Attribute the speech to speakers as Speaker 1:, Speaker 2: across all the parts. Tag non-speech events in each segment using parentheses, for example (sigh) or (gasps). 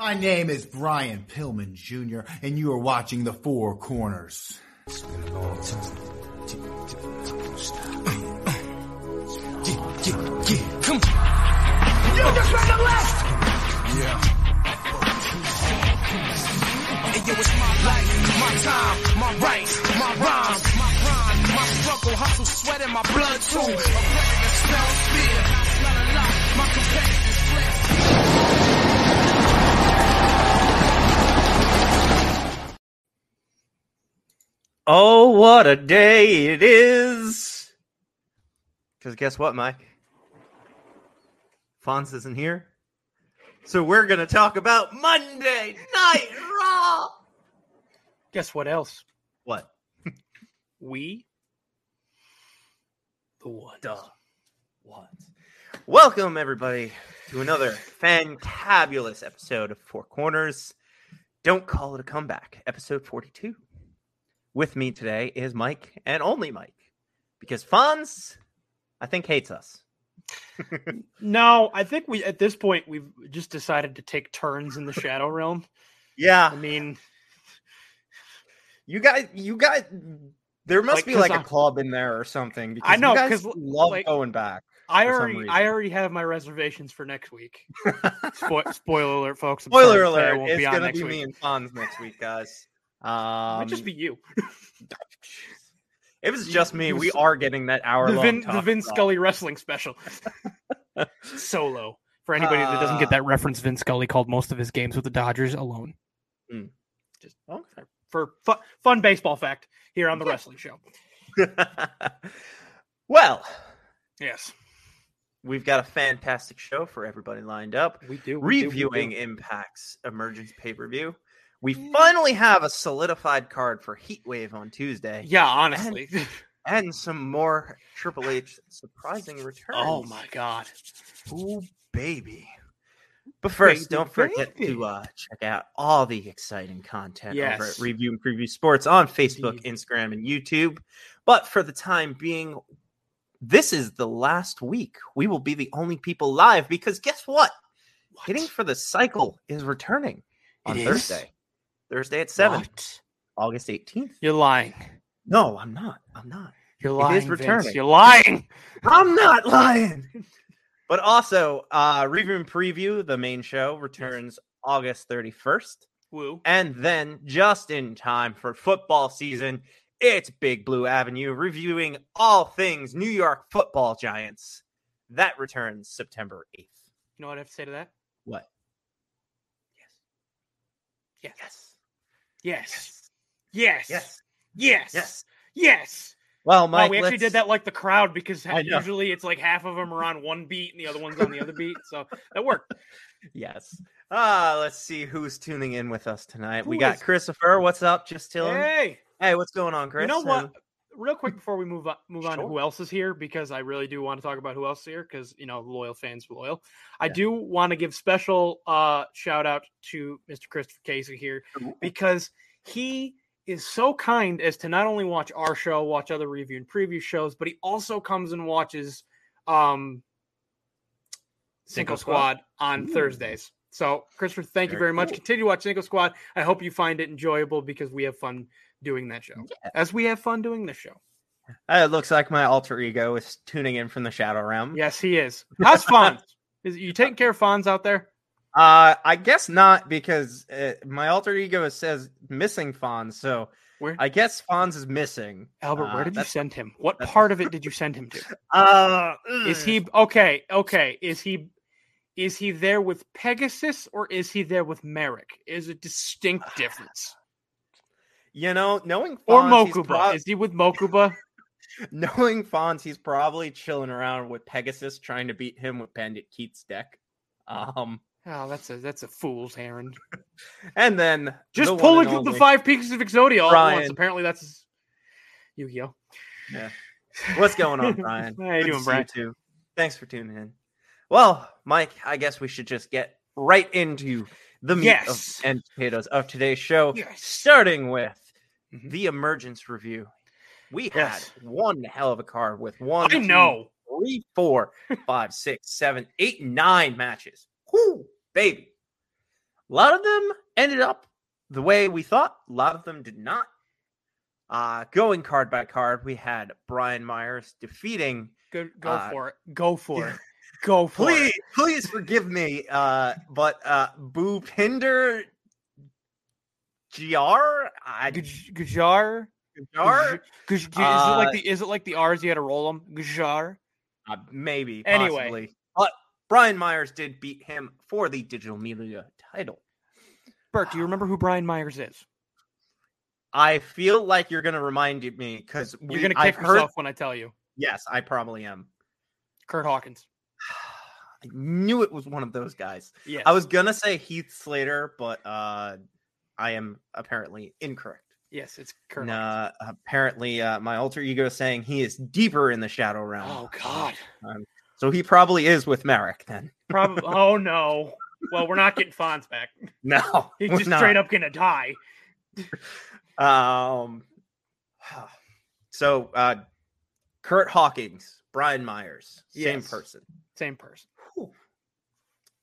Speaker 1: My name is Brian Pillman Jr., and you are watching The Four Corners.
Speaker 2: It's been a long time. Yeah, yeah, yeah. Come on. You just the left. Yeah. Hey, yo, it's my life, my time, my rights, my rhymes, my grind, my struggle, hustle, sweat in my blood too. I'm ready to spell fear, not a lot. My competitors flare.
Speaker 3: Oh, what a day it is! Because guess what, Mike? Fonz isn't here. So we're going to talk about Monday Night Raw!
Speaker 4: Guess what else?
Speaker 3: What?
Speaker 4: We, the one.
Speaker 3: Duh. What? Welcome, everybody, to another fantabulous episode of Four Corners. Don't call it a comeback, episode 42. With me today is Mike and only Mike because Fonz, I think, hates us.
Speaker 4: No, I think we at this point we've just decided to take turns in the shadow realm. I
Speaker 3: Yeah, (laughs)
Speaker 4: mean,
Speaker 3: you guys, you guys, there must
Speaker 4: Like,
Speaker 3: be
Speaker 4: 'cause
Speaker 3: like a
Speaker 4: I'm-
Speaker 3: club in there or something because
Speaker 4: I know,
Speaker 3: you guys
Speaker 4: 'cause,
Speaker 3: love
Speaker 4: like-
Speaker 3: going back.
Speaker 4: I
Speaker 3: For some
Speaker 4: already I
Speaker 3: reason.
Speaker 4: already have my reservations for next
Speaker 3: (laughs)
Speaker 4: week. Spo- spoiler alert, folks! I'm sorry
Speaker 3: Spoiler
Speaker 4: to say I
Speaker 3: alert:
Speaker 4: won't
Speaker 3: It's
Speaker 4: be on
Speaker 3: gonna
Speaker 4: next
Speaker 3: be
Speaker 4: week.
Speaker 3: me and Fonz next week, guys.
Speaker 4: (laughs) It
Speaker 3: Um,
Speaker 4: might just be you.
Speaker 3: if it's just me,
Speaker 4: you
Speaker 3: we
Speaker 4: s-
Speaker 3: are getting that hour
Speaker 4: The
Speaker 3: long.
Speaker 4: Vin, the Vin Scully wrestling
Speaker 3: (laughs)
Speaker 4: special. Solo. For anybody that doesn't
Speaker 3: Ah.
Speaker 4: get that reference, Vin Scully called most of his games with the Dodgers alone.
Speaker 3: Hmm.
Speaker 4: Just for fun, fun baseball fact here on the wrestling show.
Speaker 3: (laughs) well,
Speaker 4: Yes,
Speaker 3: we've got a fantastic show for everybody lined up.
Speaker 4: we do. we do, we do.
Speaker 3: reviewing Impact's Emergence pay per view. We finally have a solidified card for Heatwave on Tuesday,
Speaker 4: Yeah, (laughs) honestly.
Speaker 3: and some more Triple H surprising returns.
Speaker 4: oh my god.
Speaker 3: Ooh, baby! But first,
Speaker 4: Baby,
Speaker 3: don't forget
Speaker 4: baby.
Speaker 3: to uh, check out all the exciting content over at
Speaker 4: Yes.
Speaker 3: Review and Preview Sports on Facebook,
Speaker 4: Indeed.
Speaker 3: Instagram, and YouTube. But for the time being, this is the last week. We will be the only people live because guess what?
Speaker 4: What?
Speaker 3: Hitting for the Cycle is returning on
Speaker 4: It is?
Speaker 3: Thursday. Thursday at 7,
Speaker 4: What?
Speaker 3: August 18th.
Speaker 4: You're lying.
Speaker 3: No, I'm not. I'm not.
Speaker 4: You're
Speaker 3: It
Speaker 4: lying.
Speaker 3: is
Speaker 4: Vince.
Speaker 3: returning.
Speaker 4: You're lying.
Speaker 3: I'm not lying. But also, uh, Review and Preview, the main show, returns August 31st.
Speaker 4: Woo.
Speaker 3: And then, just in time for football season, it's Big Blue Avenue reviewing all things New York football giants. That returns September 8th.
Speaker 4: You know what I have to say to that?
Speaker 3: What?
Speaker 4: Yes.
Speaker 3: Yes.
Speaker 4: Yes. Yes.
Speaker 3: Yes.
Speaker 4: Yes.
Speaker 3: Yes.
Speaker 4: Yes.
Speaker 3: Well,
Speaker 4: Wow,
Speaker 3: Mike,
Speaker 4: we actually
Speaker 3: let's-
Speaker 4: did that like the crowd because ha-
Speaker 3: I know.
Speaker 4: usually it's like half of them are on one beat and the other one's on the other beat. So that worked.
Speaker 3: Yes. Ah, let's see who's tuning in with us tonight. we
Speaker 4: Who
Speaker 3: got
Speaker 4: is-
Speaker 3: Christopher. What's up? Just chilling. Hey,
Speaker 4: Hey.
Speaker 3: what's going on, Chris?
Speaker 4: You know what?
Speaker 3: And-
Speaker 4: Real quick before we move on, move on
Speaker 3: Sure.
Speaker 4: to who else is here, because I really do want to talk about who else is here, because you know loyal fans will loyal. I
Speaker 3: Yeah.
Speaker 4: do want to give special uh, shout out to Mr. Christopher Casey here because he is so kind as to not only watch our show, watch other review and preview shows, but he also comes and watches um Cinco
Speaker 3: Cinco Squad.
Speaker 4: Squad on Thursdays. So, Christopher, thank you
Speaker 3: Very
Speaker 4: very much.
Speaker 3: cool.
Speaker 4: Continue to watch Cinco Squad. I hope you find it enjoyable because we have fun doing that show, as we have fun doing this show.
Speaker 3: Uh, it looks like my alter ego is tuning in from the Shadow Realm.
Speaker 4: Yes, he is. How's
Speaker 3: (laughs)
Speaker 4: Fonz? Is you taking care of Fonz out there?
Speaker 3: Uh, I guess not because uh, my alter ego says missing Fonz, so
Speaker 4: Where,
Speaker 3: I guess Fonz is missing.
Speaker 4: Albert?
Speaker 3: Uh,
Speaker 4: Where did you
Speaker 3: that's-
Speaker 4: send him? What
Speaker 3: that's-
Speaker 4: part of it did you send him to?
Speaker 3: Uh,
Speaker 4: Is
Speaker 3: ugh.
Speaker 4: he okay? Okay. Is he is he there with Pegasus or is he there with Merrick? Is a
Speaker 3: (sighs)
Speaker 4: distinct difference.
Speaker 3: You know, knowing Fonz,
Speaker 4: Or
Speaker 3: he's
Speaker 4: Mokuba?
Speaker 3: prob-
Speaker 4: is he with Mokuba?
Speaker 3: (laughs) knowing Fonz, he's probably chilling around with Pegasus, trying to beat him with Bandit Keats deck. Um,
Speaker 4: Oh, that's a that's a fool's errand.
Speaker 3: and then
Speaker 4: Just
Speaker 3: the one
Speaker 4: pulling
Speaker 3: and
Speaker 4: from the
Speaker 3: only-
Speaker 4: five peaks of Exodia all at once.
Speaker 3: Brian.
Speaker 4: Apparently, that's Yu-Gi-Oh.
Speaker 3: Yeah. What's going on, Brian?
Speaker 4: (laughs) How you
Speaker 3: Good to
Speaker 4: doing,
Speaker 3: see
Speaker 4: Brian?
Speaker 3: too. Thanks for tuning in. Well, Mike, I guess we should just get right into the meat
Speaker 4: Yes.
Speaker 3: of, and potatoes of today's show,
Speaker 4: Yes.
Speaker 3: starting with
Speaker 4: Mhm.
Speaker 3: the emergence review. We
Speaker 4: Yes.
Speaker 3: had one hell of a card with one,
Speaker 4: I
Speaker 3: two,
Speaker 4: know.
Speaker 3: three, (laughs) four, five, six, seven, eight, nine matches. Whoo, baby. A lot of them ended up the way we thought. A lot of them did not. Uh, going card by card, we had Brian Myers defeating.
Speaker 4: Go, go
Speaker 3: Uh,
Speaker 4: for it. Go for
Speaker 3: (laughs)
Speaker 4: it. Go for
Speaker 3: Please,
Speaker 4: it.
Speaker 3: please forgive me, uh, but uh, Boopinder Gr. I,
Speaker 4: Gaj- Gajar.
Speaker 3: Gr?
Speaker 4: Gaj- is it like the is it like the R's you had to roll them? Gajar.
Speaker 3: Uh, maybe.
Speaker 4: Anyway.
Speaker 3: Possibly. But Brian Myers did beat him for the digital media title.
Speaker 4: Bert,
Speaker 3: (sighs)
Speaker 4: do you remember who Brian Myers is?
Speaker 3: I feel like you're going to remind me because
Speaker 4: You're gonna
Speaker 3: I've
Speaker 4: kick
Speaker 3: heard.
Speaker 4: yourself when I tell you.
Speaker 3: Yes, I probably am. (sighs)
Speaker 4: Kurt Hawkins.
Speaker 3: I knew it was one of those guys.
Speaker 4: Yes.
Speaker 3: I was gonna say Heath Slater, but uh, I am apparently incorrect.
Speaker 4: Yes, it's Kurt. Hawkins.
Speaker 3: Nah, apparently, uh, my alter ego is saying he is deeper in the shadow realm.
Speaker 4: Oh God.
Speaker 3: So he probably is with Merrick then. (laughs)
Speaker 4: Probably. (laughs) oh no. Well, we're not getting Fonz back. (laughs)
Speaker 3: No,
Speaker 4: He's
Speaker 3: we're
Speaker 4: just
Speaker 3: not.
Speaker 4: straight up gonna die.
Speaker 3: Um, so uh, Kurt Hawkins, Brian Myers, same
Speaker 4: Yes.
Speaker 3: person.
Speaker 4: Same person.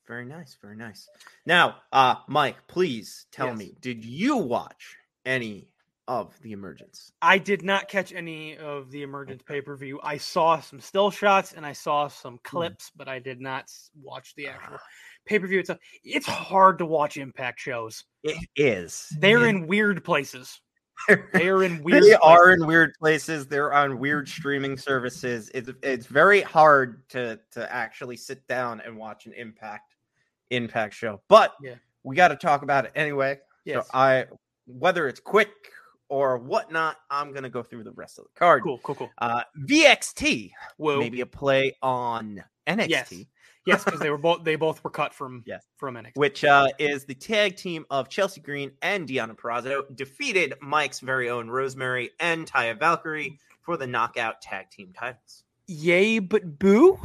Speaker 3: Very nice, very nice. Now, uh, Mike, please tell
Speaker 4: Yes.
Speaker 3: me, did you watch any of the emergence?
Speaker 4: I did not catch any of the emergence pay per view. I saw some still shots and I saw some clips, but I did not s- watch the actual pay per view itself. It's hard to watch Impact shows.
Speaker 3: It is.
Speaker 4: They're in weird places. (laughs) They are in weird.
Speaker 3: (laughs) they are
Speaker 4: places.
Speaker 3: in weird places. They're on weird streaming services. It's it's very hard to to actually sit down and watch an impact impact show. But
Speaker 4: Yeah.
Speaker 3: we got to talk about it anyway.
Speaker 4: Yes.
Speaker 3: So I whether it's quick or whatnot, I'm gonna go through the rest of the card.
Speaker 4: cool. Cool. Cool.
Speaker 3: Uh, VXT
Speaker 4: Whoa.
Speaker 3: maybe a play on NXT,
Speaker 4: Yes, because they were both. They both were cut from.
Speaker 3: Yes.
Speaker 4: From NXT.
Speaker 3: which uh, is the tag team of Chelsea Green and Deanna Perrazzo, defeated Mike's very own Rosemary and Taya
Speaker 4: Mm.
Speaker 3: Valkyrie for the knockout tag team titles.
Speaker 4: yay but boo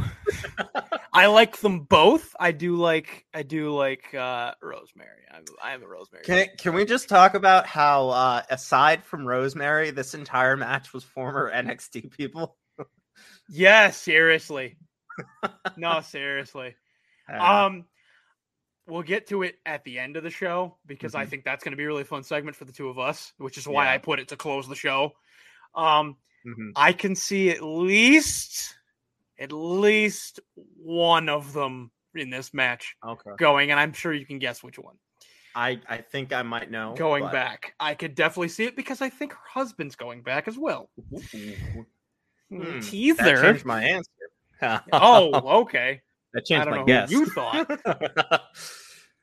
Speaker 4: i like them both i do like i do like uh rosemary i'm, I'm a rosemary
Speaker 3: Can, can we just talk about how, uh, aside from Rosemary, this entire match was former NXT people?
Speaker 4: yeah
Speaker 3: (laughs)
Speaker 4: seriously no seriously
Speaker 3: Uh,
Speaker 4: um we'll get to it at the end of the show because i think that's going to be a really fun segment for the two of us which is why
Speaker 3: Mm-hmm. Yeah.
Speaker 4: i put it to close the show um
Speaker 3: mhm.
Speaker 4: i can see at least at least one of them in this match
Speaker 3: Okay.
Speaker 4: going and i'm sure you can guess which one
Speaker 3: I, I think I might know.
Speaker 4: going
Speaker 3: Oh, but-
Speaker 4: back. I could definitely see it because I think her husband's going back as well.
Speaker 3: Ooh, Hmm, that
Speaker 4: Teaser.
Speaker 3: changed my answer. (laughs)
Speaker 4: (laughs) Oh, okay.
Speaker 3: that
Speaker 4: I
Speaker 3: changed
Speaker 4: don't
Speaker 3: my
Speaker 4: know
Speaker 3: guess.
Speaker 4: who
Speaker 3: (laughs)
Speaker 4: you thought.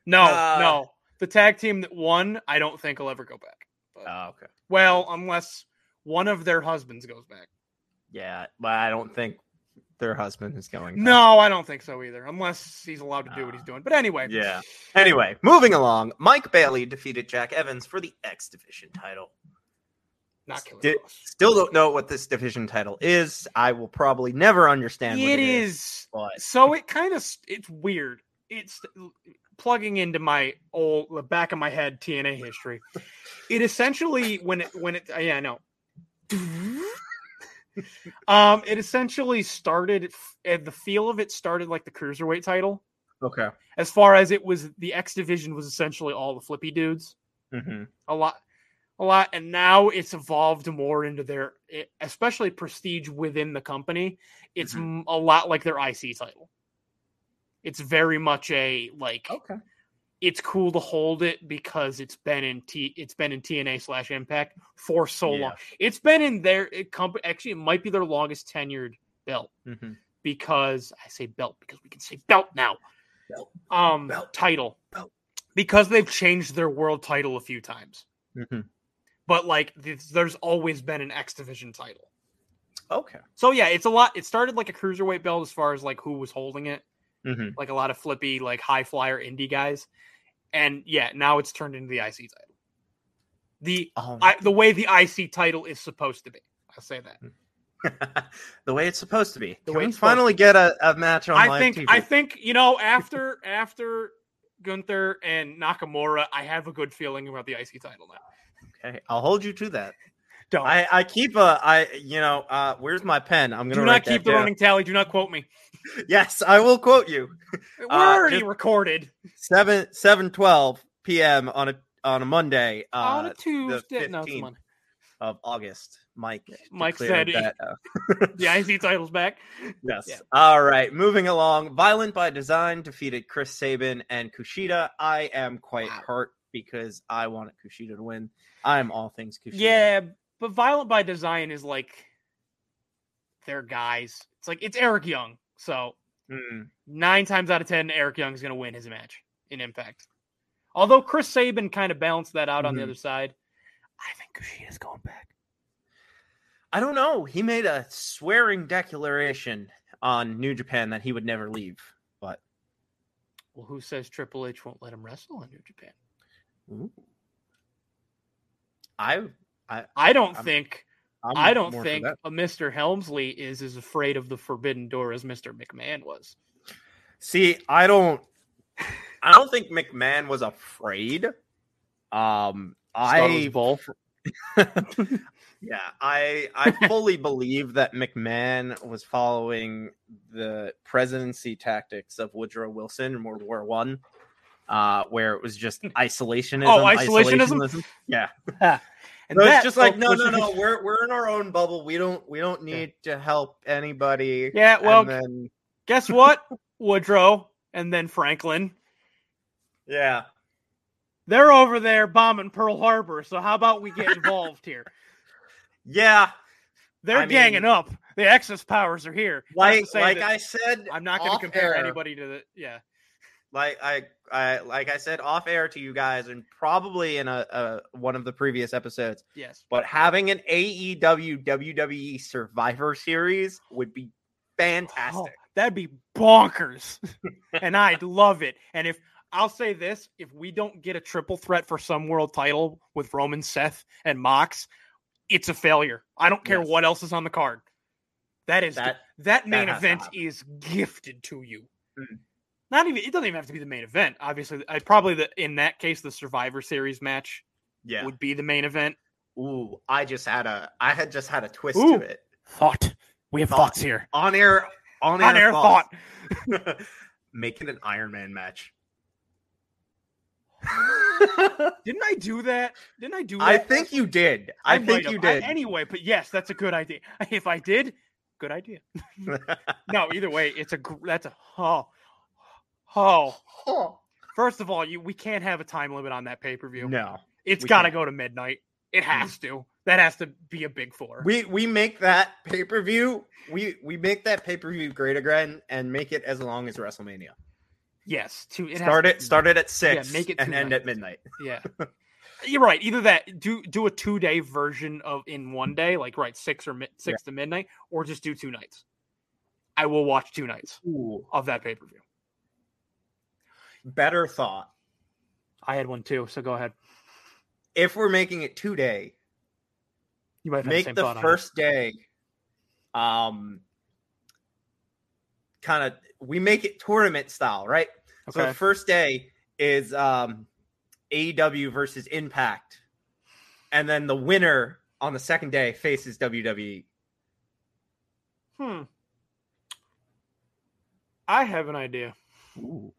Speaker 4: No,
Speaker 3: Uh,
Speaker 4: no. The tag team that won, I don't think will ever go back.
Speaker 3: oh, okay.
Speaker 4: Well, unless one of their husbands goes back.
Speaker 3: Yeah, but I don't think their husband is going. back.
Speaker 4: No, I don't think so either. Unless he's allowed to do what he's doing. But anyway,
Speaker 3: Yeah. Anyway, moving along, Mike Bailey defeated Jack Evans for the X Division title.
Speaker 4: not Killer
Speaker 3: Sti-
Speaker 4: Cross.
Speaker 3: still don't know what this division title is. I will probably never understand what
Speaker 4: It is
Speaker 3: But
Speaker 4: so it kind of it's weird. It's plugging into my old the back of my head TNA history. It essentially when it when it yeah I know. um, it essentially started at the feel of it started like the cruiserweight title.
Speaker 3: okay.
Speaker 4: As far as it was, the X division was essentially all the flippy dudes.
Speaker 3: hmm
Speaker 4: A lot, a lot, and now it's evolved more into their, e, especially prestige within the company. It's
Speaker 3: Mhm.
Speaker 4: m- a lot like their IC title. It's very much a like
Speaker 3: Okay.
Speaker 4: it's cool to hold it because it's been in T it's been in TNA slash Impact for so long. It's been in their it comp- actually it might be their longest tenured belt
Speaker 3: hmm
Speaker 4: because I say belt because we can say belt now.
Speaker 3: Belt.
Speaker 4: Um
Speaker 3: Belt.
Speaker 4: title.
Speaker 3: Belt.
Speaker 4: Because they've changed their world title a few times.
Speaker 3: hmm
Speaker 4: But like th- there's always been an X division title.
Speaker 3: Okay.
Speaker 4: So yeah, it's a lot it started like a cruiserweight belt as far as like who was holding it
Speaker 3: hmm
Speaker 4: like a lot of flippy, like high flyer indie guys. And yeah, now it's turned into the IC title. The
Speaker 3: Oh,
Speaker 4: I, the way the IC title is supposed to be. I'll say that.
Speaker 3: (laughs) the way it's supposed to be.
Speaker 4: The
Speaker 3: The
Speaker 4: way
Speaker 3: way we
Speaker 4: it's supposed
Speaker 3: finally get a, a match on
Speaker 4: I
Speaker 3: live
Speaker 4: think
Speaker 3: TV?
Speaker 4: I think you know after after Gunther and Nakamura, I have a good feeling about the IC title now.
Speaker 3: okay, I'll hold you to that.
Speaker 4: Don't.
Speaker 3: I, I keep a I you know uh where's my pen? I'm gonna
Speaker 4: Do
Speaker 3: write
Speaker 4: not keep
Speaker 3: that
Speaker 4: the
Speaker 3: down.
Speaker 4: running tally. Do not quote me.
Speaker 3: Yes, I will quote you.
Speaker 4: We're
Speaker 3: Uh,
Speaker 4: already
Speaker 3: just-
Speaker 4: recorded
Speaker 3: Seven seven twelve p.m. on a on a Monday uh,
Speaker 4: on a Tuesday. No, it's
Speaker 3: 15th.
Speaker 4: Monday.
Speaker 3: of August. Mike
Speaker 4: Mike
Speaker 3: declared
Speaker 4: said-
Speaker 3: that, uh,
Speaker 4: The IC title's back.
Speaker 3: yes.
Speaker 4: (laughs) Yeah.
Speaker 3: All right, moving along. Violent by Design defeated Chris Sabin and Kushida. I am quite
Speaker 4: Wow.
Speaker 3: hurt because I wanted Kushida to win. I'm all things Kushida.
Speaker 4: Yeah, but Violent by Design is like their guys. It's like it's Eric Young. So
Speaker 3: Mm.
Speaker 4: nine times out of ten, Eric Young's going to win his match in Impact. Although Chris Sabin kind of balanced that out on the
Speaker 3: Mhm.
Speaker 4: other side, I think Kushida's going back.
Speaker 3: I don't know. He made a swearing declaration on New Japan that he would never leave. But
Speaker 4: Well, who says Triple H won't let him wrestle in New Japan?
Speaker 3: I
Speaker 4: I don't
Speaker 3: I'm-
Speaker 4: think
Speaker 3: I'm
Speaker 4: I don't
Speaker 3: more for
Speaker 4: think
Speaker 3: that.
Speaker 4: a Mr. Helmsley is as afraid of the Forbidden Door as Mr. McMahon was.
Speaker 3: See, I don't I don't think McMahon was afraid. Um I
Speaker 4: Scott Ball.
Speaker 3: (laughs) yeah, I I
Speaker 4: (laughs)
Speaker 3: fully believe that McMahon was following the presidency tactics of Woodrow Wilson in World War One, uh, where it was just
Speaker 4: (laughs)
Speaker 3: isolationism.
Speaker 4: Oh, isolationism?
Speaker 3: Yeah,
Speaker 4: (laughs) And
Speaker 3: so
Speaker 4: that,
Speaker 3: it's just like no,
Speaker 4: folks,
Speaker 3: no,
Speaker 4: was-
Speaker 3: no. We're we're in our own bubble. We don't we don't need to help anybody.
Speaker 4: Yeah, well,
Speaker 3: and then,
Speaker 4: guess what? Woodrow and then Franklin.
Speaker 3: yeah.
Speaker 4: They're over there bombing Pearl Harbor, so how about we get involved
Speaker 3: (laughs)
Speaker 4: here?
Speaker 3: Yeah,
Speaker 4: They're
Speaker 3: I
Speaker 4: ganging
Speaker 3: mean-
Speaker 4: up. The excess powers are here. Not to
Speaker 3: like
Speaker 4: say
Speaker 3: like
Speaker 4: that-
Speaker 3: I said,
Speaker 4: I'm not going to
Speaker 3: off
Speaker 4: compare
Speaker 3: air,
Speaker 4: anybody to the yeah.
Speaker 3: Like I, I like I said off air to you guys, and probably in a, a one of the previous episodes.
Speaker 4: Yes.
Speaker 3: But having an E AEW WWE E Survivor Series would be
Speaker 4: Oh,
Speaker 3: fantastic.
Speaker 4: that'd be bonkers. (laughs) and I'd love it. And if I'll say this, if we don't get a triple threat for some world title with Roman, Seth, and Mox, it's a failure. I don't care
Speaker 3: Yes.
Speaker 4: what else is on the card. That is
Speaker 3: That
Speaker 4: that main
Speaker 3: has to
Speaker 4: event
Speaker 3: happen.
Speaker 4: is gifted to you.
Speaker 3: Mm.
Speaker 4: Not even it doesn't even have to be the main event. Obviously, I probably the, in that case the Survivor Series match
Speaker 3: yeah.
Speaker 4: would be the main event.
Speaker 3: Ooh, I just had a I had just had a twist
Speaker 4: Ooh.
Speaker 3: to it
Speaker 4: Thought we have
Speaker 3: thoughts
Speaker 4: here.
Speaker 3: on air on air,
Speaker 4: On air
Speaker 3: thought.
Speaker 4: thought.
Speaker 3: (laughs) Make it an Iron Man
Speaker 4: (laughs)
Speaker 3: match.
Speaker 4: Didn't I do that? Didn't I do that?
Speaker 3: I think you did. I,
Speaker 4: might
Speaker 3: think
Speaker 4: have.
Speaker 3: you
Speaker 4: Oh I-
Speaker 3: did.
Speaker 4: anyway, but yes, that's a good idea. (laughs) If I did, good idea.
Speaker 3: (laughs)
Speaker 4: No, either way, it's a gr- that's a oh (laughs) oh. First of all, you we can't have a time limit on that pay per view.
Speaker 3: no.
Speaker 4: it's
Speaker 3: we
Speaker 4: got to
Speaker 3: can't. Mm.
Speaker 4: go to midnight. It has to. That has to be a big four.
Speaker 3: We we make that pay per view. We we make that pay per view great again and make it as long as WrestleMania.
Speaker 4: yes, two. It has
Speaker 3: start
Speaker 4: to
Speaker 3: it
Speaker 4: be-
Speaker 3: start it at six.
Speaker 4: make it
Speaker 3: and
Speaker 4: two
Speaker 3: end
Speaker 4: nights.
Speaker 3: at midnight. (laughs)
Speaker 4: Yeah, you're right. Either that do do a two day version of in one day, like right six or mid, six to midnight, or just do two nights. I will watch two nights
Speaker 3: Ooh,
Speaker 4: of that pay per view.
Speaker 3: better thought.
Speaker 4: I had one too, so go ahead.
Speaker 3: If we're making it two day,
Speaker 4: You might have had the
Speaker 3: make
Speaker 4: same
Speaker 3: the,
Speaker 4: thought I had.
Speaker 3: first day. Um, kind of we make it tournament style, right? So the first day is um AEW versus Impact. And then the winner on the second day faces E. WWE.
Speaker 4: Hmm. I have an idea.
Speaker 3: Ooh.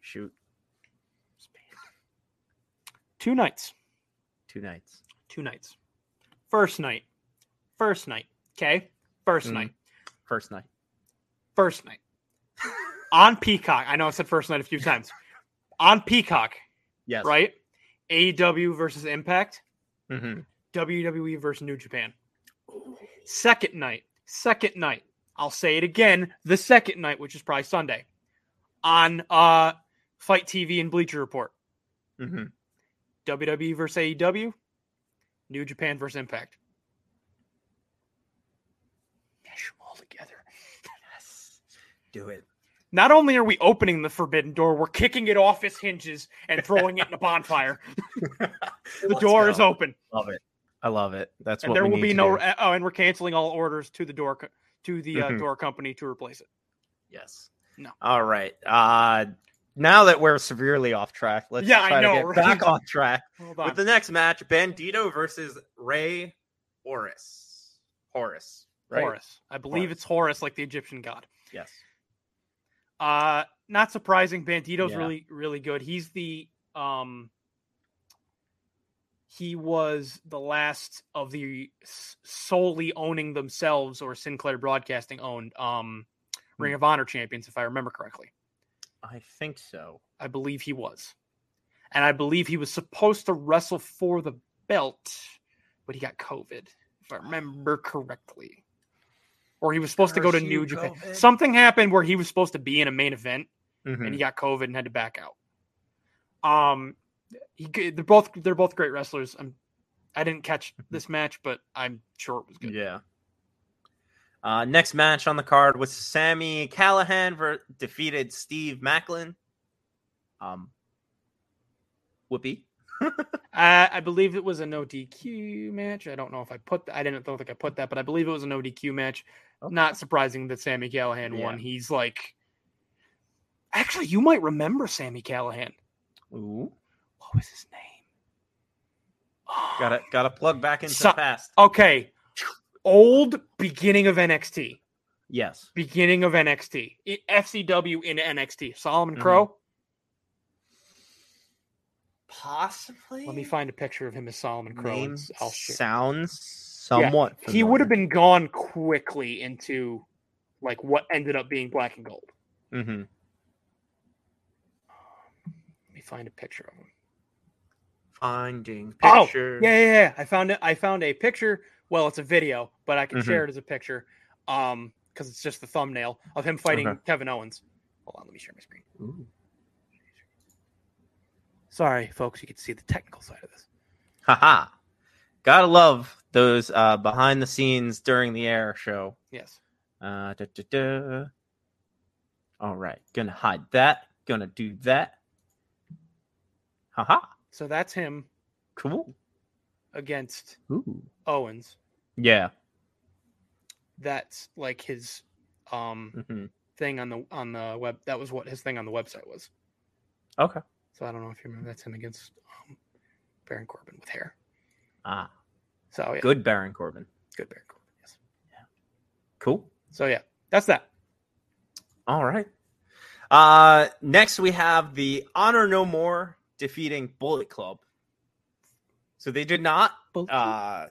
Speaker 3: Shoot,
Speaker 4: Two nights.
Speaker 3: two nights.
Speaker 4: Two nights. First night. First night. Okay. 1st
Speaker 3: Mhm.
Speaker 4: night.
Speaker 3: First night.
Speaker 4: First night. On Peacock. I know I said first night a few times. On Peacock,
Speaker 3: Yes.
Speaker 4: right? AEW versus Impact,
Speaker 3: Mhm.
Speaker 4: WWE versus New Japan. Second night. Second night. I'll say it again. The second night, which is probably Sunday, on uh Fight TV and Bleacher Report.
Speaker 3: Mhm.
Speaker 4: WWE versus AEW, New Japan versus Impact. Mesh them all together.
Speaker 3: Yes. Do it.
Speaker 4: Not only are we opening the forbidden door, we're kicking it off its hinges and throwing it in a bonfire. (laughs) The door is open,
Speaker 3: Love it. I love it. That's
Speaker 4: and
Speaker 3: what
Speaker 4: there
Speaker 3: we
Speaker 4: will
Speaker 3: need
Speaker 4: be
Speaker 3: to
Speaker 4: no.
Speaker 3: do.
Speaker 4: Oh, and we're canceling all orders to the door co- to the uh,
Speaker 3: Mhm.
Speaker 4: door company to replace it.
Speaker 3: Yes.
Speaker 4: No.
Speaker 3: All right. Uh now that we're severely off track, let's
Speaker 4: Yeah, I
Speaker 3: try
Speaker 4: know,
Speaker 3: to get
Speaker 4: right?
Speaker 3: back on track
Speaker 4: Hold
Speaker 3: with
Speaker 4: on.
Speaker 3: the next match: Bandito versus Ray Horus. Horus. Right?
Speaker 4: Horus. I believe
Speaker 3: Horus.
Speaker 4: it's Horus, like the Egyptian god.
Speaker 3: Yes.
Speaker 4: Uh not surprising. Bandito's
Speaker 3: Yeah.
Speaker 4: really, really good. He's the um he was the last of the s- solely owning themselves or Sinclair Broadcasting owned um
Speaker 3: Hmm.
Speaker 4: Ring of Honor champions, if I remember correctly.
Speaker 3: I think so.
Speaker 4: I believe he was. And I believe he was supposed to wrestle for the belt, but he got COVID, if I remember correctly. Or he was supposed to go to
Speaker 3: Curse
Speaker 4: New
Speaker 3: you,
Speaker 4: Japan.
Speaker 3: COVID.
Speaker 4: Something happened where he was supposed to be in a main event and
Speaker 3: Mhm.
Speaker 4: he got COVID and had to back out. Um, he, g- they're both they're both great wrestlers. I'm I didn't catch
Speaker 3: Hmm.
Speaker 4: this match, but I'm sure it was good.
Speaker 3: Yeah. Uh, next match on the card was Sammy Callahan ver- defeated Steve Macklin. Um, whoopee.
Speaker 4: I, I believe it was a no DQ match. I don't know if I put that. I didn't don't think I put that, but I believe it was a no DQ match.
Speaker 3: Okay.
Speaker 4: Not surprising that Sammy Callahan won.
Speaker 3: Yeah.
Speaker 4: He's like, actually, you might remember Sammy Callahan.
Speaker 3: Ooh,
Speaker 4: What was his name? Oh,
Speaker 3: got to got to plug back into
Speaker 4: So-
Speaker 3: the past.
Speaker 4: (gasps) Okay, old beginning of NXT,
Speaker 3: Yes,
Speaker 4: beginning of NXT, I- FCW in NXT. Solomon
Speaker 3: Mhm.
Speaker 4: Crow.
Speaker 3: possibly.
Speaker 4: Let me find a picture of him as Solomon Crow. and
Speaker 3: Name
Speaker 4: s- I'll share.
Speaker 3: sounds
Speaker 4: Yeah,
Speaker 3: somewhat.
Speaker 4: he would have
Speaker 3: familiar.
Speaker 4: been gone quickly into like what ended up being black and gold.
Speaker 3: Mhm.
Speaker 4: Let me find a picture of him.
Speaker 3: finding
Speaker 4: Oh,
Speaker 3: picture.
Speaker 4: Yeah, yeah, yeah. I found it. I found a picture. Well, it's a video, but I can
Speaker 3: Mhm.
Speaker 4: share it as a picture. Um, because it's just the thumbnail of him fighting
Speaker 3: Okay.
Speaker 4: Kevin Owens. Hold on, let me share my screen.
Speaker 3: Ooh.
Speaker 4: Sorry, folks, you can see the technical side of this.
Speaker 3: Haha. Gotta love those uh, behind the scenes during the air show.
Speaker 4: Yes.
Speaker 3: Uh, da, da, da. All right, gonna hide that. Gonna do that. Haha.
Speaker 4: So that's him
Speaker 3: Cool.
Speaker 4: against
Speaker 3: Ooh.
Speaker 4: Owens.
Speaker 3: Yeah.
Speaker 4: That's like his um
Speaker 3: hmm
Speaker 4: thing on the on the web. That was what his thing on the website was.
Speaker 3: Okay.
Speaker 4: So I don't know if you remember that's him against um, Baron Corbin with hair.
Speaker 3: Ah,
Speaker 4: So yeah,
Speaker 3: good Baron Corbin.
Speaker 4: good Baron Corbin. Yes.
Speaker 3: Cool.
Speaker 4: So yeah, that's that.
Speaker 3: All right. Uh, next we have the Honor No More defeating Bullet Club. So they did not uh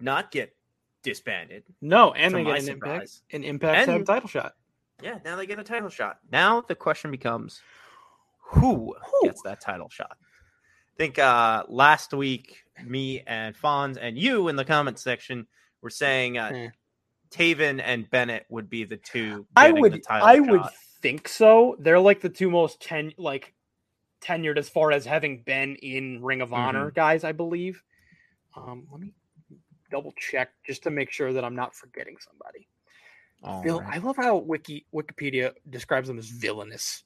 Speaker 3: not get disbanded.
Speaker 4: no, and
Speaker 3: to
Speaker 4: they
Speaker 3: my
Speaker 4: get an
Speaker 3: surprise.
Speaker 4: impact, an impact
Speaker 3: And-
Speaker 4: Tab title shot.
Speaker 3: Yeah, now they get a title shot. Now the question becomes who,
Speaker 4: Who?
Speaker 3: gets that title shot? I think uh, last week, me and Fonz and you in the comment section were saying uh,
Speaker 4: Yeah.
Speaker 3: Taven and Bennett would be the two.
Speaker 4: I
Speaker 3: getting the
Speaker 4: would,
Speaker 3: title
Speaker 4: I would
Speaker 3: shot.
Speaker 4: think so. They're like the two most ten, like tenured as far as having been in Ring of
Speaker 3: Mm-hmm.
Speaker 4: Honor guys, I believe. Um, let me double check just to make sure that I'm not forgetting somebody.
Speaker 3: All
Speaker 4: Vil-
Speaker 3: right.
Speaker 4: I love how Wiki Wikipedia describes them as villainous.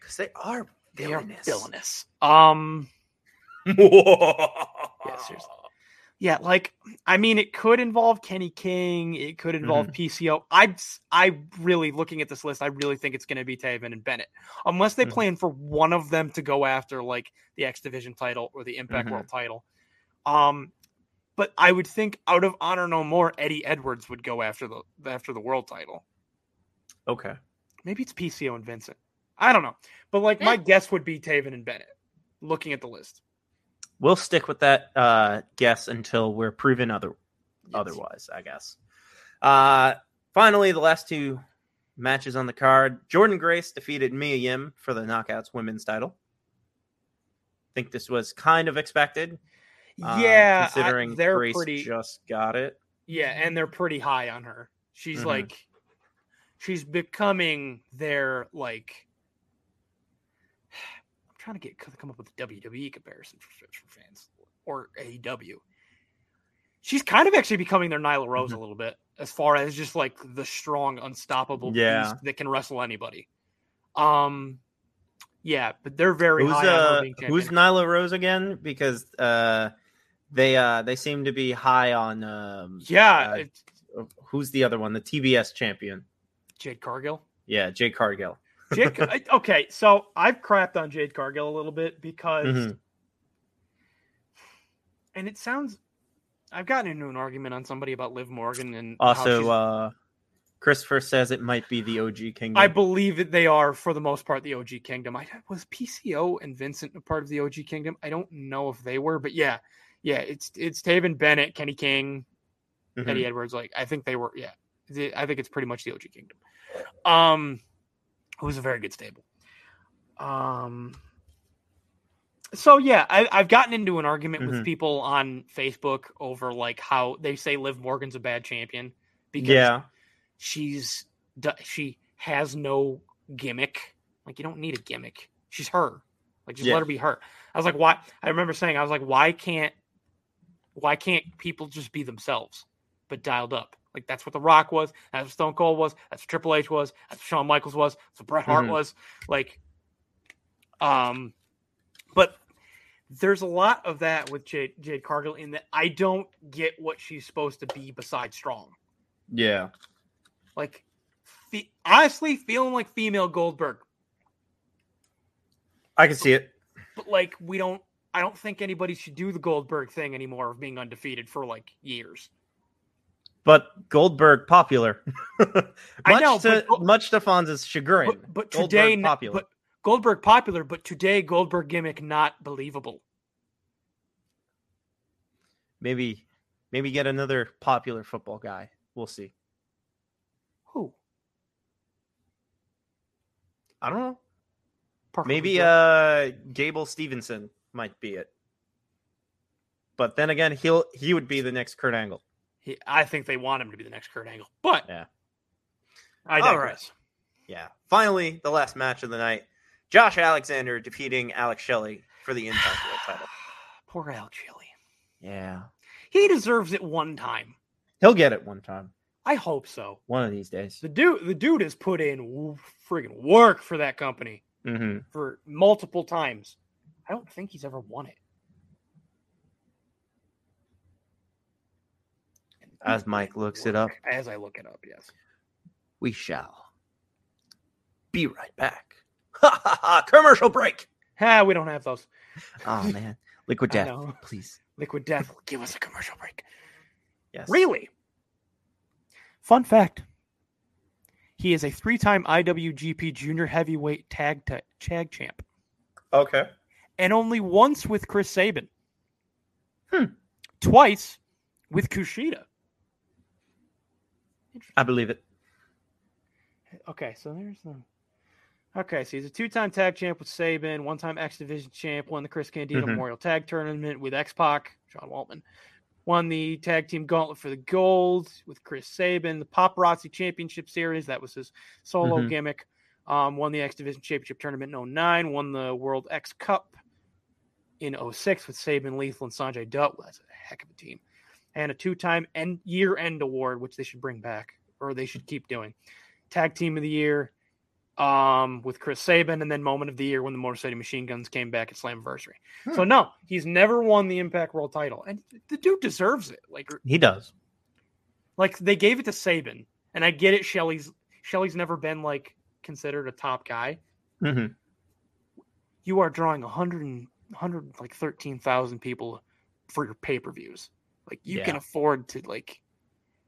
Speaker 3: 'Cause they are
Speaker 4: They
Speaker 3: villainous.
Speaker 4: are
Speaker 3: (laughs)
Speaker 4: villainous. Um, seriously. Yeah, like I mean, it could involve Kenny King. It could involve PCO. I I really looking at this list. I really think it's going to be Taven and Bennett, unless they
Speaker 3: Mhm.
Speaker 4: plan for one of them to go after like the X Division title or the Impact
Speaker 3: Mhm.
Speaker 4: World title. Um, but I would think out of honor no more, Eddie Edwards would go after the after the world title.
Speaker 3: Okay.
Speaker 4: Maybe it's PCO and Vincent. I don't know, but like my guess would be Taven and Bennett. Looking at the list,
Speaker 3: We'll stick with that uh, guess until we're proven other otherwise, I guess. Uh, finally, the last two matches on the card Jordan Grace defeated Mia Yim for the Knockouts women's title. I think this was kind of expected. uh,
Speaker 4: yeah, I-
Speaker 3: considering
Speaker 4: they're
Speaker 3: Grace
Speaker 4: pretty.
Speaker 3: just got it.
Speaker 4: Yeah, and they're pretty high on her. She's
Speaker 3: Mhm.
Speaker 4: like she's becoming their like (sighs) I'm trying to get come up with a WWE comparison for, for fans or AEW. She's kind of actually becoming their Nyla Rose
Speaker 3: Mm-hmm.
Speaker 4: a little bit as far as just like the strong unstoppable
Speaker 3: Yeah.
Speaker 4: beast that can wrestle anybody. Um yeah, but they're very
Speaker 3: Who's
Speaker 4: high on her
Speaker 3: uh,
Speaker 4: being champion.
Speaker 3: who's Nyla Rose again? Because uh, they uh, they seem to be high on um,
Speaker 4: yeah,
Speaker 3: uh,
Speaker 4: it's
Speaker 3: who's the other one? The TBS champion.
Speaker 4: Jade Cargill.
Speaker 3: Yeah, Jay Cargill.
Speaker 4: Jade, I- okay, so I've crapped on Jade Cargill a little bit because,
Speaker 3: Mhm.
Speaker 4: and it sounds, I've gotten into an argument on somebody about Liv Morgan and how she's-
Speaker 3: Also, uh, Christopher says it might be the OG Kingdom.
Speaker 4: I believe that they are for the most part the OG Kingdom. I was PCO and Vincent a part of the OG Kingdom. I don't know if they were, but yeah, yeah, it's it's Taven Bennett, Kenny King,
Speaker 3: Mhm.
Speaker 4: Eddie Edwards. Like I think they were. Yeah, The- I think it's pretty much the OG Kingdom. Um, it was a very good stable. Um, so yeah, I, I've gotten into an argument with
Speaker 3: Mhm.
Speaker 4: people on Facebook over like how they say Liv Morgan's a bad champion because
Speaker 3: yeah,
Speaker 4: she's d- she has no gimmick. Like you don't need a gimmick. She's her. Like just
Speaker 3: Yeah.
Speaker 4: let her be her. I was like, why? I remember saying, I was like, why can't, why can't people just be themselves, but dialed up? Like that's what The Rock was. That's what Stone Cold was. That's what Triple H was. That's what Shawn Michaels was. That's what Bret Hart
Speaker 3: Mhm.
Speaker 4: was. Like, um, but there's a lot of that with Jade, Jade Cargill in that I don't get what she's supposed to be besides strong
Speaker 3: yeah,
Speaker 4: like fe- honestly feeling like female Goldberg,
Speaker 3: I can see it.
Speaker 4: but like we don't. I don't think anybody should do the Goldberg thing anymore of being undefeated for like years.
Speaker 3: But Goldberg popular. (laughs) much
Speaker 4: I know,
Speaker 3: to
Speaker 4: but Go-
Speaker 3: much to Fonz's chagrin.
Speaker 4: But, but today,
Speaker 3: Goldberg
Speaker 4: n-
Speaker 3: popular.
Speaker 4: but Goldberg popular, but today Goldberg gimmick not believable.
Speaker 3: maybe maybe get another popular football guy. We'll see.
Speaker 4: Who?
Speaker 3: I don't know.
Speaker 4: Parker
Speaker 3: Maybe
Speaker 4: Lugo.
Speaker 3: uh Gable Stevenson might be it. But then again, he'll he would be the next Kurt Angle.
Speaker 4: He- I think they want him to be the next Kurt Angle, but
Speaker 3: Yeah.
Speaker 4: I
Speaker 3: All
Speaker 4: digress.
Speaker 3: Yeah. Finally, the last match of the night. Josh Alexander defeating Alex Shelley for the Impact World title.
Speaker 4: (sighs) Poor Al Chili.
Speaker 3: Yeah.
Speaker 4: He deserves it one time.
Speaker 3: He'll get it one time.
Speaker 4: I hope so.
Speaker 3: One of these days.
Speaker 4: The dude, the dude has put in w- friggin' work for that company.
Speaker 3: Mm-hmm.
Speaker 4: for multiple times. I don't think he's ever won it.
Speaker 3: As Mike looks it
Speaker 4: Look, As I look it up, yes.
Speaker 3: We shall be right back. (laughs) Ha ha ha. Commercial break.
Speaker 4: Ah, we don't have those.
Speaker 3: (laughs) Oh man. Liquid
Speaker 4: I know.
Speaker 3: please.
Speaker 4: Liquid Death will give us a commercial break.
Speaker 3: Yes.
Speaker 4: Really? Fun fact. He is a three-time IWGP Junior Heavyweight Tag ta- Tag Champ,
Speaker 3: Okay.
Speaker 4: and only once with Chris Sabin.
Speaker 3: Hmm.
Speaker 4: Twice with Kushida.
Speaker 3: I believe it.
Speaker 4: Okay, so there's the. Okay, so he's a two-time tag champ with Sabin, one-time X Division champ, won the Chris Candido
Speaker 3: Mhm.
Speaker 4: Memorial Tag Tournament with X Pac, John Waltman, won the Tag Team Gauntlet for the gold with Chris Sabin, the Paparazzi Championship Series that was his solo
Speaker 3: Mhm.
Speaker 4: gimmick, um, won the X Division Championship Tournament in 09, won the World X Cup in 06 with Sabin, Lethal, and Sanjay Dutt. Well, that's a heck of a team, and a two-time end year-end award, which they should bring back or they should keep doing tag team of the year um, with Chris Sabin, and then moment of the year when the Motor City Machine Guns came back at Slammiversary. So no, he's never won the Impact World Title, and the dude deserves it. Like
Speaker 3: He does.
Speaker 4: like they gave it to Sabin, and I get it. Shelly's Shelly's never been like considered a top guy.
Speaker 3: Mm-hmm.
Speaker 4: You are drawing a hundred and hundred like thirteen thousand people for your pay per views. Like you can
Speaker 3: Yeah.
Speaker 4: afford to like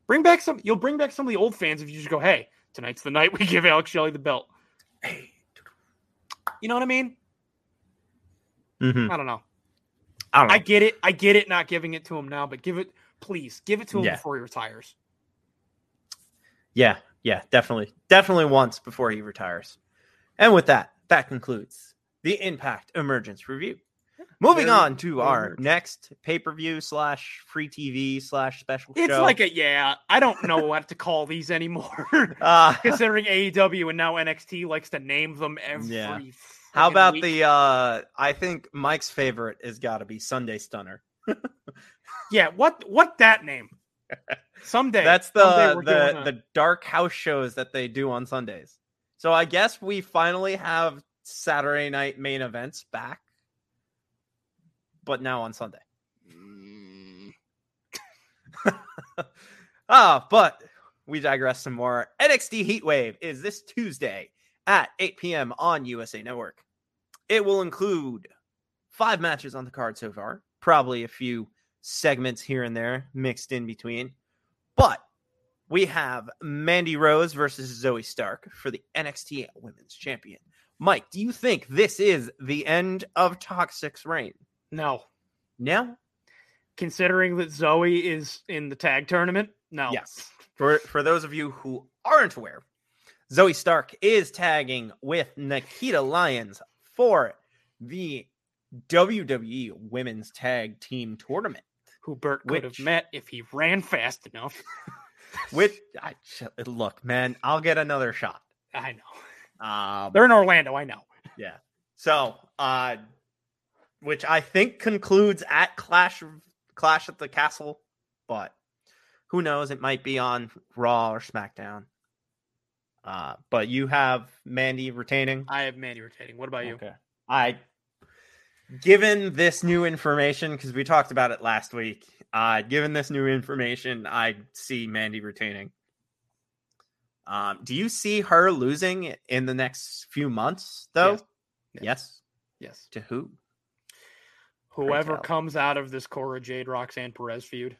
Speaker 4: bring back some. You'll bring back some of the old fans if you just go, hey, tonight's the night we (laughs) give Alex Shelley the belt. You know what I mean?
Speaker 3: Mm-hmm.
Speaker 4: I don't know.
Speaker 3: I don't know.
Speaker 4: I get it. I get it not giving it to him now, but give it please give it to him
Speaker 3: Yeah.
Speaker 4: before he retires.
Speaker 3: Yeah, yeah, definitely. Definitely once before he retires. And with that, that concludes the Impact Emergence Review. Moving
Speaker 4: very-
Speaker 3: on to
Speaker 4: very
Speaker 3: our
Speaker 4: emergent.
Speaker 3: next pay per view slash free TV slash special
Speaker 4: It's
Speaker 3: show.
Speaker 4: like a yeah, I don't know what to call these anymore. (laughs)
Speaker 3: (laughs) uh,
Speaker 4: Considering AEW and now NXT likes to name them every
Speaker 3: Yeah. how
Speaker 4: frickin'
Speaker 3: about
Speaker 4: week.
Speaker 3: the uh I think Mike's favorite has got to be Sunday Stunner.
Speaker 4: Yeah, what what that
Speaker 3: (laughs)
Speaker 4: name? Someday
Speaker 3: That's
Speaker 4: someday
Speaker 3: the
Speaker 4: we're doing
Speaker 3: the
Speaker 4: a-
Speaker 3: the dark house shows that they do on Sundays. So I guess we finally have Saturday night main events back, but now on Sunday. (laughs) Ah, but we digress some more. NXT Heatwave is this Tuesday at 8 p.m. on USA Network. It will include five matches on the card so far, probably a few segments here and there mixed in between. But we have Mandy Rose versus Zoe Stark for the NXT Women's Champion. Mike, do you think this is the end of Toxic's reign?
Speaker 4: No,
Speaker 3: No,
Speaker 4: considering that Zoe is in the tag tournament, no.
Speaker 3: Yes. For for those of you who aren't aware, Zoe Stark is tagging with Nikita Lyons for the WWE Women's Tag Team Tournament.
Speaker 4: Who Bert could
Speaker 3: Which-
Speaker 4: have met if he ran fast enough.
Speaker 3: With I, look, man, I'll get another shot.
Speaker 4: I know.
Speaker 3: Um,
Speaker 4: They're in Orlando, I know.
Speaker 3: so, uh, which I think concludes at Clash Clash at the Castle, but who knows? It might be on Raw or SmackDown. Uh, but you have Mandy retaining.
Speaker 4: I have Mandy rotating. What about you?
Speaker 3: Okay. I, given this new information, because we talked about it last week, uh, given this new information, I see Mandy retaining. Um, do you see her losing in the next few months, though?
Speaker 4: Yes.
Speaker 3: Yes.
Speaker 4: Yes. Yes.
Speaker 3: To who?
Speaker 4: Whoever
Speaker 3: out.
Speaker 4: comes out of this Cora Jade Roxanne Perez feud.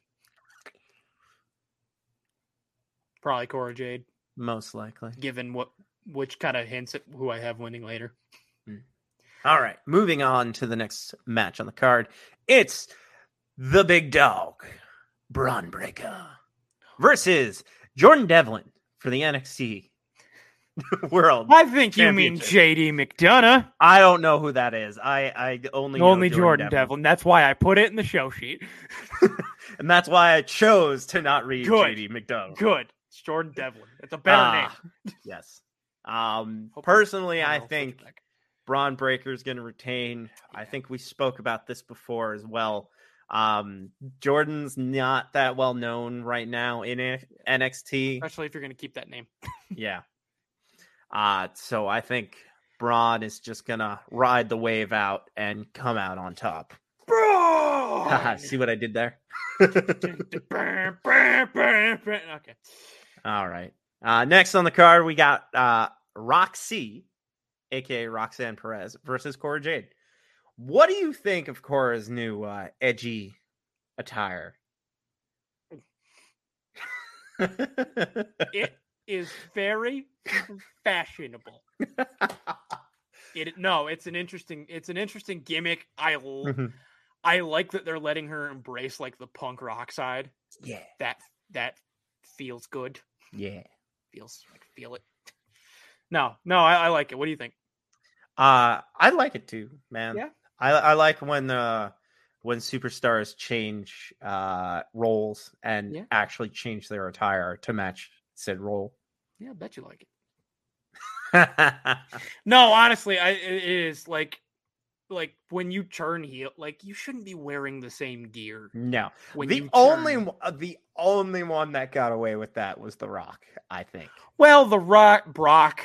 Speaker 4: Probably Cora Jade,
Speaker 3: Most likely.
Speaker 4: given what which kind of hints at who I have winning later.
Speaker 3: All right. Moving on to the next match on the card. It's the big dog, Braun Breaker, versus Jordan Devlin for the NXT (laughs) World
Speaker 4: I think you mean
Speaker 3: Championship.
Speaker 4: JD McDonough,
Speaker 3: I don't know who that is. I I only know
Speaker 4: only Jordan, Devlin. That's why I put it in the show
Speaker 3: (laughs)
Speaker 4: sheet.
Speaker 3: and that's why I chose to not read
Speaker 4: Good.
Speaker 3: JD McDonough.
Speaker 4: Good. It's Jordan Devlin. It's a better name.
Speaker 3: Ah, yes. Um, personally, I think Braun Breaker is going to retain. I think we spoke about this before as well. Um, Jordan's not that well known right now in N- NXT.
Speaker 4: especially if you're going to keep that name.
Speaker 3: Yeah. Uh, so I think Braun is just going to ride the wave out and come out on top. (laughs)
Speaker 4: Bro. (laughs)
Speaker 3: See what I did there?
Speaker 4: okay.
Speaker 3: All right. Uh, next on the card, we got uh, Roxy, aka Roxanne Perez, versus Cora Jade. What do you think of Cora's new uh, edgy attire?
Speaker 4: It is very
Speaker 3: (laughs)
Speaker 4: fashionable. It no, it's an interesting it's an interesting gimmick. I l-
Speaker 3: Mm-hmm.
Speaker 4: I like that they're letting her embrace like the punk rock side.
Speaker 3: yeah,
Speaker 4: That that feels good.
Speaker 3: yeah.
Speaker 4: Feels like feel it. No, no, I, I like it. What do you think?
Speaker 3: (laughs) Uh, I like it too, man.
Speaker 4: Yeah.
Speaker 3: I, I like when uh, when superstars change uh, roles and
Speaker 4: Yeah.
Speaker 3: actually change their attire to match said role. (laughs)
Speaker 4: Yeah, I bet you like it. No, honestly, I it is like like when you turn heel, like you shouldn't be wearing the same gear.
Speaker 3: no.
Speaker 4: When you
Speaker 3: Mm.
Speaker 4: turn.
Speaker 3: the only one- uh, the only one that got away with that was The Rock, I think.
Speaker 4: well, the Rock Brock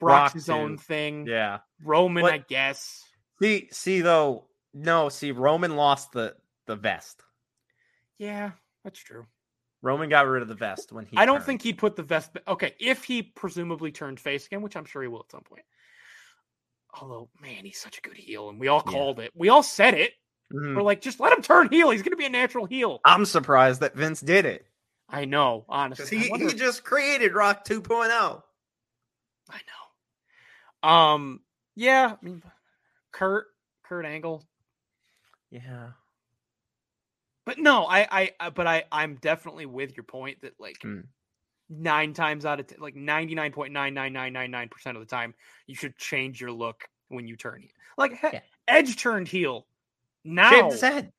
Speaker 4: Brock's
Speaker 3: Brock
Speaker 4: his own
Speaker 3: too.
Speaker 4: thing.
Speaker 3: Yeah.
Speaker 4: Roman,
Speaker 3: What-
Speaker 4: I guess.
Speaker 3: See, see though, no, see Roman lost the the vest.
Speaker 4: Yeah, that's true.
Speaker 3: Roman got rid of the vest when he.
Speaker 4: I don't
Speaker 3: turned.
Speaker 4: think he'd put the vest. ba- Okay, if he presumably turned face again, which I'm sure he will at some point. Although, man, he's such a good heel, and we all
Speaker 3: Yeah.
Speaker 4: called it. We all said it.
Speaker 3: Mhm.
Speaker 4: We're like, just let him turn heel. He's gonna be a natural heel.
Speaker 3: I'm surprised that Vince did it
Speaker 4: I know,
Speaker 3: because
Speaker 4: honestly. I
Speaker 3: he,
Speaker 4: wonder-
Speaker 3: he just created Rock oh. 2.0.
Speaker 4: I know. Um, yeah, I mean, Kurt, Kurt Angle,
Speaker 3: Yeah.
Speaker 4: but no, I, I, I but I, I'm definitely with your point that like
Speaker 3: Hmm.
Speaker 4: nine times out of t- like ninety nine point nine nine nine nine nine percent of the time, you should change your look when you turn heel. Like he-
Speaker 3: Yeah.
Speaker 4: Edge turned heel now
Speaker 3: Shaved his head.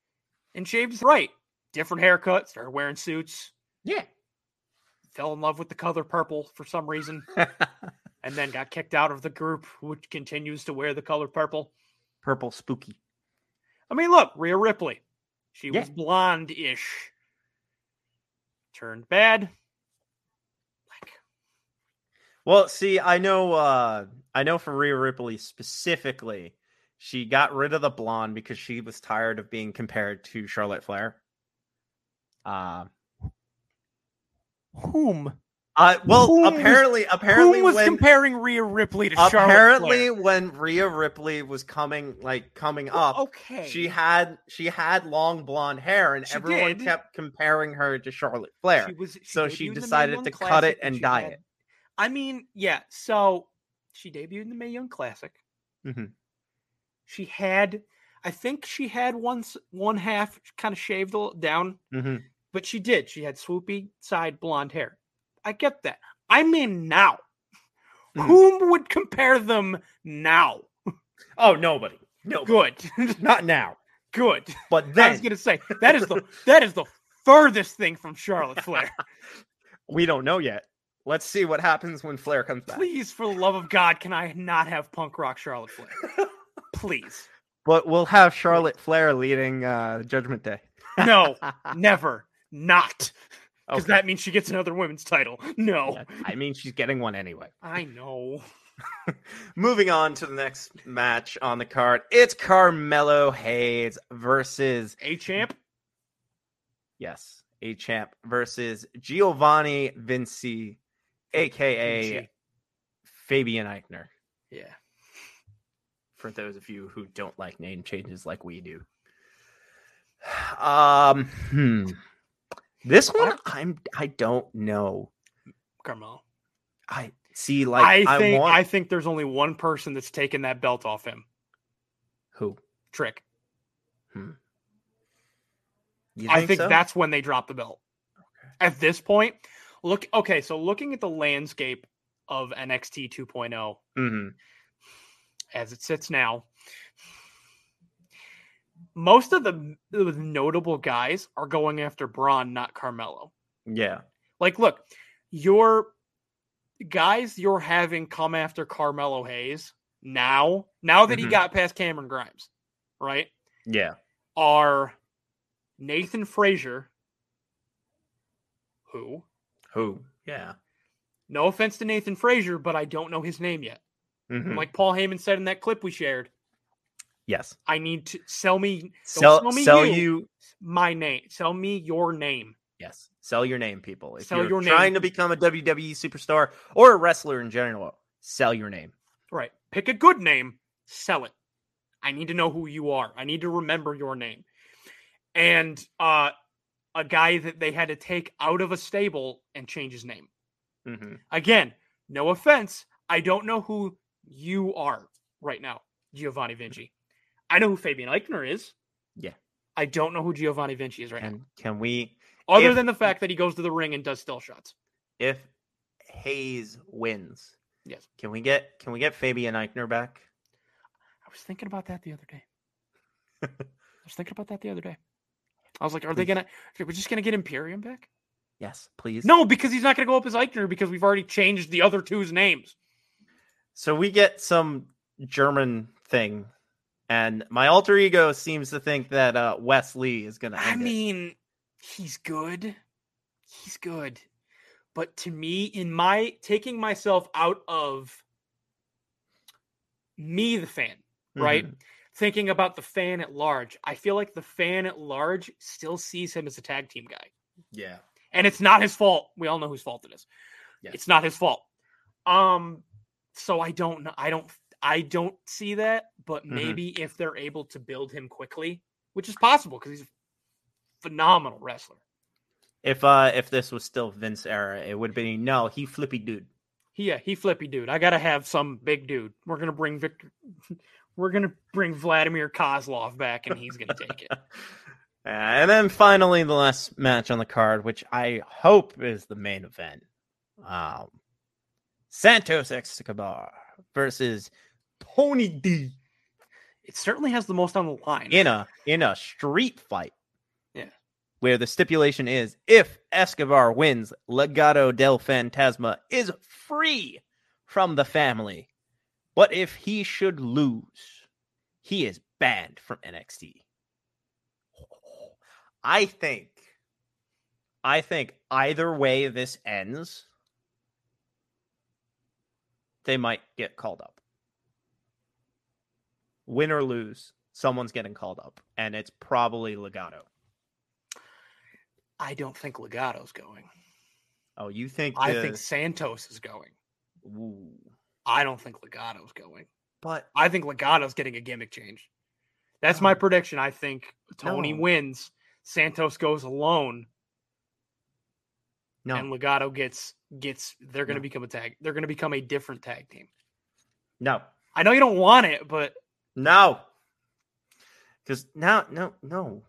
Speaker 4: and shaved his right, different haircut, started wearing suits,
Speaker 3: Yeah.
Speaker 4: fell in love with the color purple for some reason, and then got kicked out of the group, which continues to wear the color purple.
Speaker 3: (laughs) Purple spooky.
Speaker 4: I mean, look, Rhea Ripley. She
Speaker 3: Yeah.
Speaker 4: was blonde ish. Turned bad. Like,
Speaker 3: Well, see, I know, uh, I know for Rhea Ripley specifically, she got rid of the blonde because she was tired of being compared to Uh, Charlotte Flair. Um,
Speaker 4: whom?
Speaker 3: Uh, well,
Speaker 4: Who was-
Speaker 3: apparently, apparently,
Speaker 4: Who was
Speaker 3: when,
Speaker 4: comparing Rhea Ripley to Charlotte
Speaker 3: apparently
Speaker 4: Flair?
Speaker 3: when Rhea Ripley was coming, like coming up,
Speaker 4: Oh, okay.
Speaker 3: uh, she had she had long blonde hair, and
Speaker 4: She
Speaker 3: everyone
Speaker 4: did.
Speaker 3: kept comparing her to Charlotte Flair.
Speaker 4: was,
Speaker 3: so she
Speaker 4: debuted in the Mae
Speaker 3: decided
Speaker 4: Young
Speaker 3: to cut
Speaker 4: Classic
Speaker 3: it and
Speaker 4: she
Speaker 3: dye
Speaker 4: had-
Speaker 3: it.
Speaker 4: I mean, yeah. So she debuted in the May Young Classic.
Speaker 3: Mhm.
Speaker 4: She had, I think she had one s- one half kind of shaved a little down,
Speaker 3: Mhm.
Speaker 4: but she did. She had swoopy side blonde hair. I get that. I mean, now,
Speaker 3: Mhm.
Speaker 4: whom would compare them now?
Speaker 3: Oh, nobody, no,
Speaker 4: Good, (laughs)
Speaker 3: not now,
Speaker 4: good. (laughs)
Speaker 3: but
Speaker 4: I
Speaker 3: then
Speaker 4: was gonna say that is the that is the furthest thing from Charlotte
Speaker 3: (laughs)
Speaker 4: Flair.
Speaker 3: we don't know yet. Let's see what happens when Flair comes back.
Speaker 4: Please, for the love of God, can I not have punk rock Charlotte
Speaker 3: (laughs)
Speaker 4: Flair? Please.
Speaker 3: But we'll have Charlotte Flair leading uh, Judgment Day.
Speaker 4: No, never, not. Because
Speaker 3: Okay.
Speaker 4: that means she gets another women's title. No.
Speaker 3: Oh, (laughs) Yeah, I mean, she's getting one anyway.
Speaker 4: I know.
Speaker 3: Moving on to the next match on the card, it's Carmelo Hayes versus
Speaker 4: A champ?
Speaker 3: yes, a champ versus Giovanni Vinci, aka
Speaker 4: Vinci.
Speaker 3: Fabian Eichner.
Speaker 4: Yeah.
Speaker 3: For those of you who don't like name changes like we do, (sighs) um, hmm. this one I'm I don't know.
Speaker 4: Carmelo.
Speaker 3: I see, like
Speaker 4: I
Speaker 3: I,
Speaker 4: think I,
Speaker 3: want
Speaker 4: think there's only one person that's taken that belt off him.
Speaker 3: who
Speaker 4: Trick.
Speaker 3: You
Speaker 4: I think
Speaker 3: so?
Speaker 4: that's when they drop the belt. At this point, look okay, so looking at the landscape of NXT 2.0
Speaker 3: Mhm.
Speaker 4: as it sits now, most of the the notable guys are going after Braun, not Carmelo.
Speaker 3: yeah,
Speaker 4: Like, look, your guys you're having come after Carmelo Hayes now, now that
Speaker 3: Mhm.
Speaker 4: he got past Cameron Grimes, right?
Speaker 3: yeah,
Speaker 4: Are Nathan Frazier, who,
Speaker 3: who, yeah,
Speaker 4: no offense to Nathan Frazier, but I don't know his name yet.
Speaker 3: Mhm.
Speaker 4: Like Paul Heyman said in that clip we shared,
Speaker 3: yes,
Speaker 4: I need to sell me
Speaker 3: sell,
Speaker 4: sell me
Speaker 3: sell
Speaker 4: you.
Speaker 3: you
Speaker 4: my name, sell me your name.
Speaker 3: Yes. Sell your name, people. If
Speaker 4: Sell
Speaker 3: you're
Speaker 4: your name.
Speaker 3: trying to become a WWE superstar or a wrestler in general, sell your name.
Speaker 4: Right. Pick a good name, sell it. I need to know who you are. I need to remember your name. And uh, a guy that they had to take out of a stable and change his name. Mm-hmm. Again, no offense. I don't know who you are right now, Giovanni Vinci. I know who Fabian Eichner is.
Speaker 3: Mm-hmm. Yeah.
Speaker 4: I don't know who Giovanni Vinci is right now,
Speaker 3: And can we,
Speaker 4: other
Speaker 3: if-
Speaker 4: than the fact that he goes to the ring and does still shots.
Speaker 3: if Hayes wins,
Speaker 4: Yes.
Speaker 3: can we get can we get Fabian
Speaker 4: (laughs)
Speaker 3: Eichner back?
Speaker 4: I was thinking about that the other day. I was thinking about that the other day. I was like, are they gonna? We're just gonna get Imperium back?
Speaker 3: Yes, please.
Speaker 4: No, because he's not gonna go up as Eichner because we've already changed the other two's names.
Speaker 3: So we get some German thing, and my alter ego seems to think that uh, Wesley is going to.
Speaker 4: I mean, he's good. He's good, but to me, in my taking myself out of me, the fan,
Speaker 3: Mm-hmm.
Speaker 4: right? Thinking about the fan at large, I feel like the fan at large still sees him as a tag team guy.
Speaker 3: Yeah.
Speaker 4: and it's not his fault. We all know whose fault it is.
Speaker 3: Yes.
Speaker 4: It's not his fault. Um, so I don't know. I don't. I don't see that. But
Speaker 3: Mhm.
Speaker 4: maybe if they're able to build him quickly, which is possible because he's a phenomenal wrestler.
Speaker 3: If uh if this was still Vince era, it would be no. He flippy dude. (laughs)
Speaker 4: He, yeah, he flippy dude. I gotta have some big dude. We're gonna bring Victor. (laughs) We're gonna bring Vladimir Kozlov back, and he's gonna take it.
Speaker 3: Uh, And then finally, the last match on the card, which I hope is the main event. Um, Santos Escobar versus Tony D
Speaker 4: It certainly has the most on the line.
Speaker 3: in a in a street fight.
Speaker 4: Yeah.
Speaker 3: Where the stipulation is if Escobar wins, Legado del Fantasma is free from the family. But if he should lose, he is banned from NXT. I think I think either way this ends, they might get called up. Win or lose, someone's getting called up, and it's probably Legato.
Speaker 4: I don't think Legato's going.
Speaker 3: Oh, you think?
Speaker 4: I
Speaker 3: the-
Speaker 4: think Santos is going.
Speaker 3: Ooh.
Speaker 4: I don't think Legato's going.
Speaker 3: But
Speaker 4: I think Legato's getting a gimmick change. That's my
Speaker 3: No.
Speaker 4: prediction. I think Tony
Speaker 3: No.
Speaker 4: wins. Santos goes alone,
Speaker 3: no,
Speaker 4: and Legato gets gets. They're going to
Speaker 3: No.
Speaker 4: become a tag. They're going to become a different tag team.
Speaker 3: no,
Speaker 4: I know you don't want it, but
Speaker 3: no. Because now, no, no,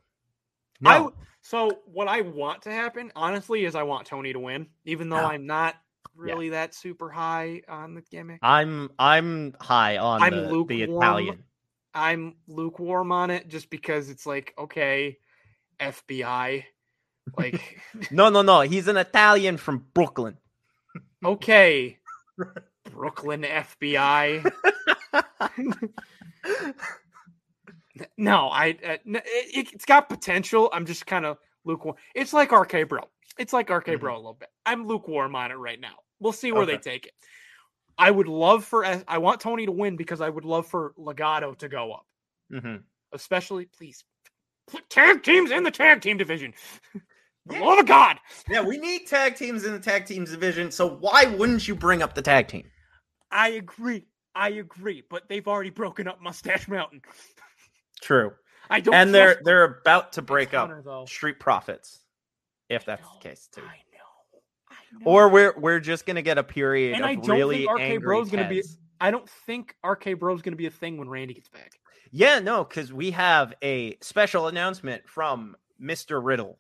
Speaker 3: no.
Speaker 4: I w- so what I want to happen, honestly, is I want Tony to win, even though
Speaker 3: Yeah.
Speaker 4: I'm not really that super high on the gimmick.
Speaker 3: I'm I'm high on
Speaker 4: I'm
Speaker 3: the, the
Speaker 4: lukewarm.
Speaker 3: Italian.
Speaker 4: I'm lukewarm on it just because it's like, okay, FBI.
Speaker 3: (laughs)
Speaker 4: Like,
Speaker 3: No, no, no. He's an Italian from Brooklyn. (laughs)
Speaker 4: okay, Brooklyn FBI. No, I, uh, n- it, it's got potential. I'm just kind of lukewarm. It's like RK Bro. It's like RK Bro a little bit. I'm lukewarm on it right now. We'll see where they
Speaker 3: Mm-hmm. Okay.
Speaker 4: take it. I would love for, S- I want Tony to win because I would love for Legato to go up,
Speaker 3: hmm
Speaker 4: especially, please. Put tag teams in the tag team division. For the
Speaker 3: Yeah.
Speaker 4: love of God.
Speaker 3: Yeah, we need tag teams in the tag teams division. So why wouldn't you bring up the tag team?
Speaker 4: I agree. I agree. But they've already broken up Mustache Mountain.
Speaker 3: True.
Speaker 4: I don't
Speaker 3: and they're
Speaker 4: trust
Speaker 3: they're about to break up
Speaker 4: Connor, though.
Speaker 3: Street Profits, if that's
Speaker 4: know,
Speaker 3: the case too.
Speaker 4: I know. I know.
Speaker 3: Or we're we're just gonna get a period
Speaker 4: And
Speaker 3: of
Speaker 4: I don't think
Speaker 3: really
Speaker 4: RK
Speaker 3: angry
Speaker 4: Bro's gonna be-
Speaker 3: Teds.
Speaker 4: I don't think RK Bro's going to be a thing when Randy gets back.
Speaker 3: Yeah, no, because we have a special announcement from Mr. Riddle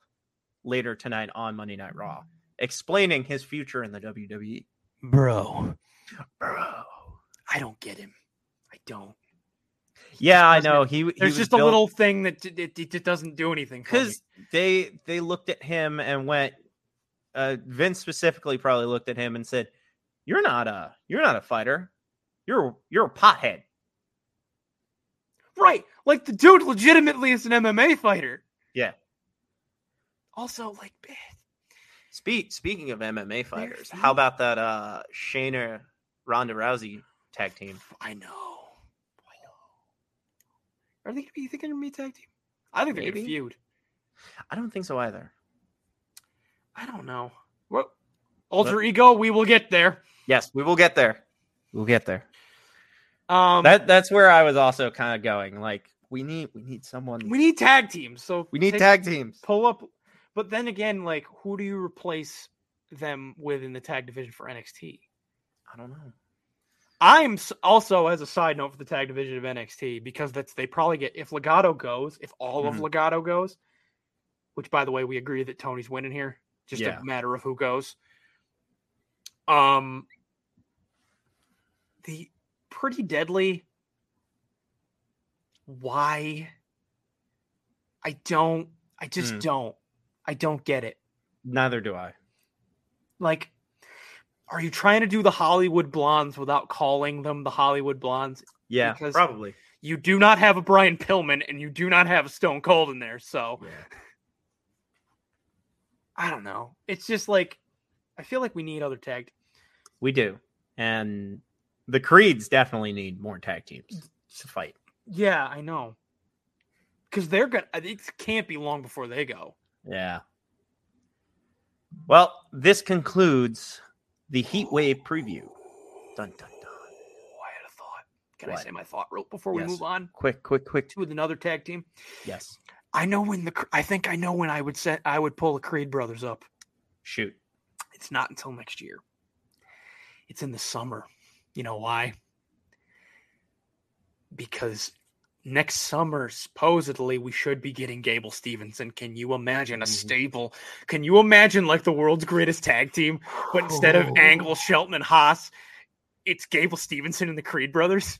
Speaker 3: later tonight on Monday Night Raw, explaining his future in the E. WWE.
Speaker 4: Bro, bro, I don't get him. I don't.
Speaker 3: Yeah, I
Speaker 4: doesn't-
Speaker 3: know. He he
Speaker 4: There's
Speaker 3: was
Speaker 4: just a
Speaker 3: built- (laughs)
Speaker 4: little thing that j- it, it, it doesn't do anything. for me.
Speaker 3: because they they looked at him and went uh vince specifically probably looked at him and said you're not a you're not a fighter you're you're a pothead
Speaker 4: right, like the dude legitimately is an MMA fighter.
Speaker 3: Yeah.
Speaker 4: Also, like, eh,
Speaker 3: Spe- speaking of mma fighters how about that uh shayna ronda rousey tag team
Speaker 4: I know. I know. Are they? You think they're going to be a tag team? I think they're going to
Speaker 3: Maybe.
Speaker 4: feud.
Speaker 3: i don't think so either
Speaker 4: I don't know. What? Alter ego. We will get there.
Speaker 3: yes we will get there we'll get there
Speaker 4: Um,
Speaker 3: that that's where i was also kind of going like we need we need someone
Speaker 4: we need tag teams. So
Speaker 3: we need
Speaker 4: take-
Speaker 3: tag teams
Speaker 4: pull up but then again like who do you replace them with in the tag division for nxt
Speaker 3: i don't know
Speaker 4: i'm s- also as a side note for the tag division of nxt because that's they probably get if legato goes if all
Speaker 3: Mhm.
Speaker 4: of legato goes which by the way we agree that tony's winning here just
Speaker 3: Yeah.
Speaker 4: a matter of who goes um the pretty deadly why i don't i just
Speaker 3: Hmm.
Speaker 4: don't i don't get it
Speaker 3: neither do i
Speaker 4: like are you trying to do the hollywood blondes without calling them the hollywood blondes
Speaker 3: yeah
Speaker 4: Because-
Speaker 3: probably
Speaker 4: you do not have a brian pillman and you do not have a stone cold in there so i don't know it's just like i feel like we need other tag
Speaker 3: We do. And the creeds definitely need more tag teams to fight.
Speaker 4: yeah i know because they're gonna uh, it can't be long before they go
Speaker 3: Yeah. Well, this concludes the Heat Wave preview. Dun, dun, dun.
Speaker 4: oh, i had a thought can i
Speaker 3: What?
Speaker 4: say my thought real before we
Speaker 3: Yes.
Speaker 4: move on
Speaker 3: Quick, quick, quick.
Speaker 4: with another tag team
Speaker 3: Yes.
Speaker 4: i know when the Cre- i think i know when i would set i would pull the creed brothers up
Speaker 3: Shoot.
Speaker 4: It's not until next year. It's in the summer. You know why? Because next summer, supposedly, we should be getting Gable Stevenson. Can you imagine a
Speaker 3: Mhm.
Speaker 4: stable? Can you imagine like the world's greatest tag team, but instead
Speaker 3: Oh.
Speaker 4: of Angle, Shelton, and Haas, it's Gable Stevenson and the Creed brothers?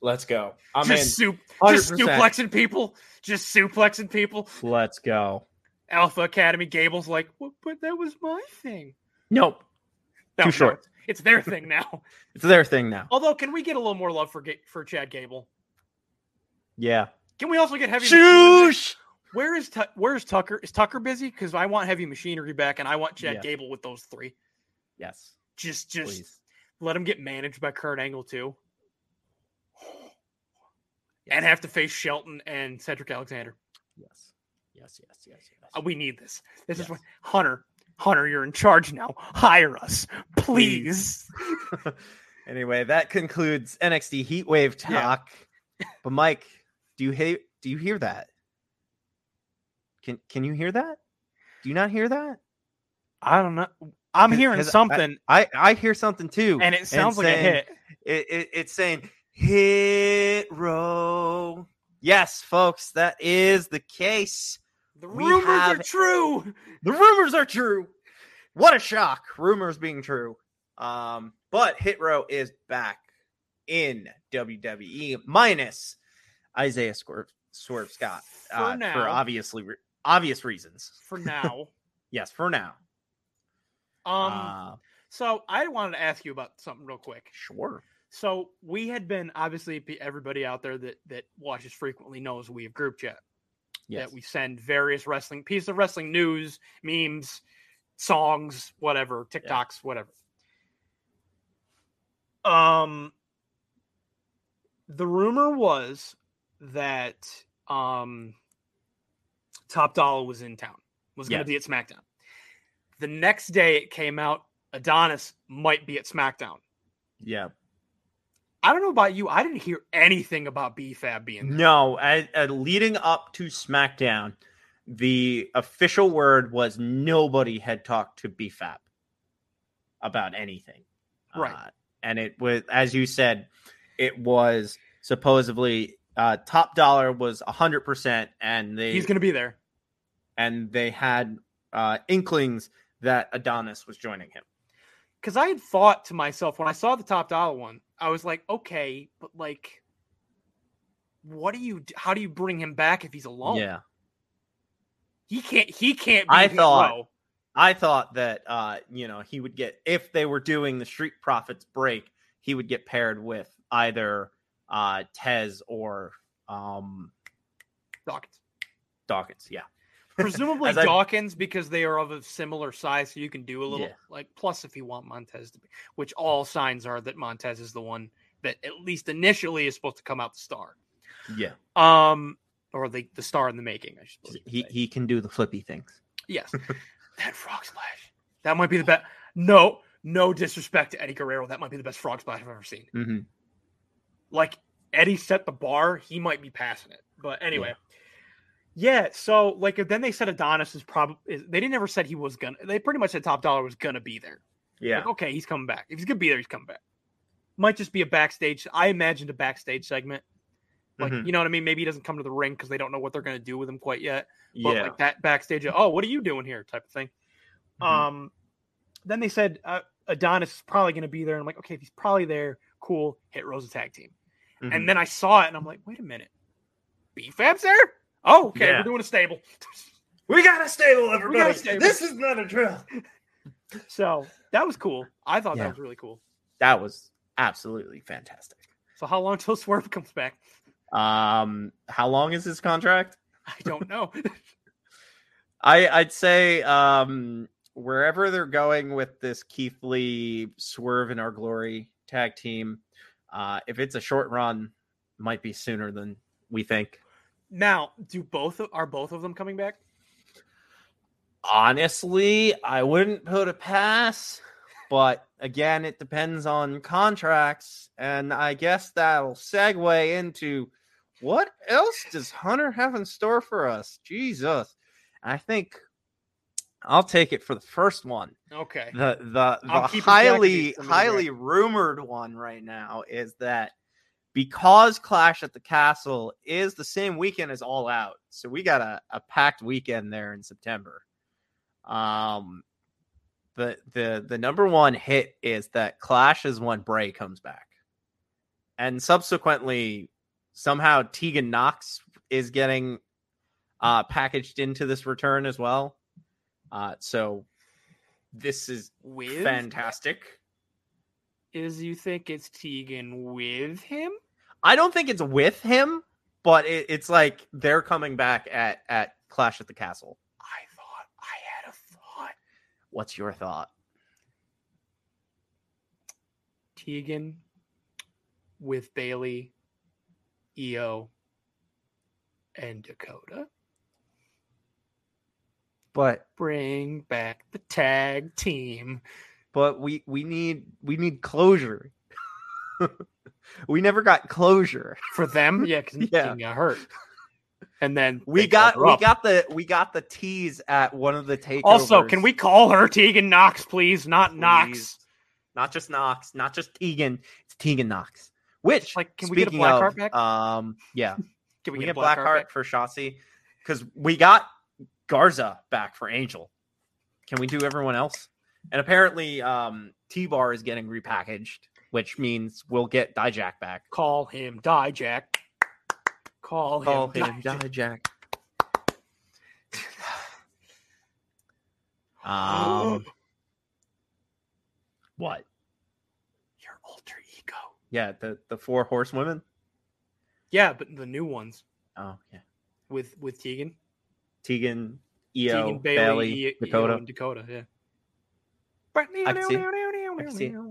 Speaker 3: Let's go. I'm
Speaker 4: just, sup- just
Speaker 3: 100%.
Speaker 4: suplexing people. Just suplexing people.
Speaker 3: Let's go.
Speaker 4: Alpha Academy Gable's like, well, but that was my thing.
Speaker 3: Nope.
Speaker 4: No,
Speaker 3: Too
Speaker 4: no,
Speaker 3: short.
Speaker 4: it's their thing now.
Speaker 3: It's their thing now.
Speaker 4: Although, can we get a little more love for Ga- for Chad Gable?
Speaker 3: Yeah.
Speaker 4: Can we also get heavy? Machinery?
Speaker 3: Shoosh.
Speaker 4: Where is Tu- where is Tucker? Is Tucker busy? Because I want heavy machinery back, and I want Chad
Speaker 3: Yeah.
Speaker 4: Gable with those three.
Speaker 3: Yes.
Speaker 4: Just just
Speaker 3: Please.
Speaker 4: let him get managed by Kurt Angle
Speaker 3: (sighs)
Speaker 4: too, and have to face Shelton and Cedric Alexander.
Speaker 3: Yes. Yes. Yes. Yes.
Speaker 4: Uh,
Speaker 3: Yes.
Speaker 4: We need this. This is
Speaker 3: Yes.
Speaker 4: what Hunter. Hunter, you're in charge now. Hire us, please.
Speaker 3: (laughs) anyway, that concludes NXT Heatwave
Speaker 4: Yeah.
Speaker 3: talk. but Mike, do you hate? Do you hear that? Can Can you hear that? Do you not hear that?
Speaker 4: I don't know. I'm
Speaker 3: Cause-
Speaker 4: hearing
Speaker 3: cause I-
Speaker 4: something,
Speaker 3: I I hear something too,
Speaker 4: and it sounds like
Speaker 3: saying-
Speaker 4: a hit.
Speaker 3: It, it, it's saying hit row. Yes, folks, that is the case.
Speaker 4: The
Speaker 3: we
Speaker 4: rumors are
Speaker 3: have-
Speaker 4: true.
Speaker 3: The rumors are true. What a shock! Rumors being true. Um, but Hit Row is back in WWE minus Isaiah Swerve, Swerve Scott
Speaker 4: For
Speaker 3: uh, for
Speaker 4: now.
Speaker 3: obviously re- obvious reasons.
Speaker 4: For now,
Speaker 3: Yes, for now.
Speaker 4: um,
Speaker 3: Uh,
Speaker 4: so I wanted to ask you about something real quick.
Speaker 3: sure.
Speaker 4: So we had been obviously pe- everybody out there that that watches frequently knows we have group chat
Speaker 3: Yes.
Speaker 4: that we send various wrestling pieces of wrestling news, memes, songs, whatever, TikToks, whatever. Um the rumor was that um Top Dollar was in town, was gonna
Speaker 3: Yes.
Speaker 4: be at SmackDown. The next day it came out, Adonis might be at SmackDown.
Speaker 3: yeah.
Speaker 4: I don't know about you. I didn't hear anything about BFAB being there.
Speaker 3: No, I, uh, leading up to SmackDown, the official word was nobody had talked to BFAP about anything.
Speaker 4: Right.
Speaker 3: Uh, and it was, as you said, it was supposedly uh, top dollar was 100%, and they,
Speaker 4: He's going to be there.
Speaker 3: and they had uh, inklings that Adonis was joining him.
Speaker 4: because I had thought to myself when I saw the top dollar one, I was like, okay, but like, what do you? d- How do you bring him back if he's alone?
Speaker 3: Yeah.
Speaker 4: he can't. He can't. Be
Speaker 3: I
Speaker 4: Hit
Speaker 3: thought-
Speaker 4: Row.
Speaker 3: I thought that uh, you know he would get if they were doing the Street Profits break, he would get paired with either uh, Tez or um,
Speaker 4: Dawkins.
Speaker 3: Dawkins. Yeah,
Speaker 4: Presumably
Speaker 3: (laughs) As I-
Speaker 4: Dawkins because they are of a similar size, so you can do a little
Speaker 3: Yeah.
Speaker 4: like plus if you want Montez to be, which all signs are that Montez is the one that at least initially is supposed to come out the star,
Speaker 3: yeah.
Speaker 4: um, or the the star in the making. I suppose you could
Speaker 3: He
Speaker 4: say.
Speaker 3: he can do the flippy things.
Speaker 4: Yes. that frog splash. That might be the best. No, no disrespect to Eddie Guerrero. That might be the best frog splash I've ever seen.
Speaker 3: Mm-hmm.
Speaker 4: Like Eddie set the bar, he might be passing it. But anyway. Yeah, so like if then they said Adonis is probably they didn't ever said he was gonna they pretty much said top dollar was gonna be there.
Speaker 3: Yeah,
Speaker 4: Like, okay, he's coming back. If he's gonna be there, he's coming back. Might just be a backstage. I imagined a backstage segment. Like,
Speaker 3: Mhm.
Speaker 4: you know what I mean? Maybe he doesn't come to the ring because they don't know what they're gonna do with him quite yet but
Speaker 3: yeah.
Speaker 4: like that backstage of, oh what are you doing here type of thing
Speaker 3: Mhm.
Speaker 4: um then they said uh, adonis is probably going to be there and i'm like okay if he's probably there cool hit rose a tag team
Speaker 3: Mhm.
Speaker 4: and then i saw it and i'm like wait a minute bfab's there oh okay
Speaker 3: Yeah.
Speaker 4: we're doing a stable
Speaker 3: we got a stable,
Speaker 4: We got a stable. This
Speaker 3: is not a drill.
Speaker 4: so that was cool i thought
Speaker 3: Yeah.
Speaker 4: that was really cool
Speaker 3: That was absolutely fantastic.
Speaker 4: so how long till (laughs) swerve comes back
Speaker 3: Um, how long is his contract?
Speaker 4: i don't know
Speaker 3: I I'd say um wherever they're going with this Keith Lee swerve in our glory tag team, uh if it's a short run, might be sooner than we think.
Speaker 4: now do both are both of them coming back
Speaker 3: Honestly, I wouldn't put a pass, but again, it depends on contracts, and I guess that'll segue into what else does Hunter have in store for us? Jesus, I think I'll take it for the first one.
Speaker 4: okay
Speaker 3: the the,
Speaker 4: I'm
Speaker 3: the
Speaker 4: keeping track of
Speaker 3: highly
Speaker 4: these for me,
Speaker 3: highly rumored one right now is that because clash at the castle is the same weekend as all out so we got a, a packed weekend there in september um the the the number one hit is that clash is when bray comes back and subsequently somehow tegan knox is getting uh packaged into this return as well uh so this is
Speaker 4: with
Speaker 3: fantastic.
Speaker 4: is you think it's tegan with him
Speaker 3: I don't think it's with him, but it, it's like they're coming back at at Clash at the Castle.
Speaker 4: i thought i had a thought
Speaker 3: What's your thought?
Speaker 4: Tegan with Bailey, E EO, and Dakota.
Speaker 3: But
Speaker 4: Bring back the tag team.
Speaker 3: but we we need we need closure. (laughs) we never got closure.
Speaker 4: For
Speaker 3: (laughs)
Speaker 4: them, yeah, because
Speaker 3: Yeah.
Speaker 4: King got hurt. And then
Speaker 3: We
Speaker 4: they
Speaker 3: got
Speaker 4: cover
Speaker 3: we
Speaker 4: up.
Speaker 3: got the we got the tease at one of the takeovers.
Speaker 4: Also, can we call her Tegan Knox, please? Not Knox.
Speaker 3: Please. not just Knox, not just Tegan, it's Tegan Knox. Which
Speaker 4: Like, can we get a
Speaker 3: speaking
Speaker 4: black
Speaker 3: of,
Speaker 4: heart back?
Speaker 3: Um, yeah,
Speaker 4: Can
Speaker 3: we,
Speaker 4: we,
Speaker 3: get,
Speaker 4: get, a
Speaker 3: black
Speaker 4: Blackheart
Speaker 3: heart
Speaker 4: back?
Speaker 3: for Shotzi because we got Garza back for Angel. Can we do everyone else? And apparently, um, T Bar is getting repackaged, which means we'll get Dijak back.
Speaker 4: Call him Die Jack. Call him,
Speaker 3: Call him
Speaker 4: Dijak.
Speaker 3: Oh, Dijak. (sighs) um, (gasps) what?
Speaker 4: (gasps) Your alter ego.
Speaker 3: Yeah, the the four horsewomen.
Speaker 4: Yeah, but the new ones
Speaker 3: Oh yeah.
Speaker 4: with with Tegan,
Speaker 3: Tegan, Io,
Speaker 4: Tegan
Speaker 3: Bailey,
Speaker 4: Bailey, Io-
Speaker 3: Dakota.
Speaker 4: Io and Dakota. Yeah.
Speaker 3: can see it.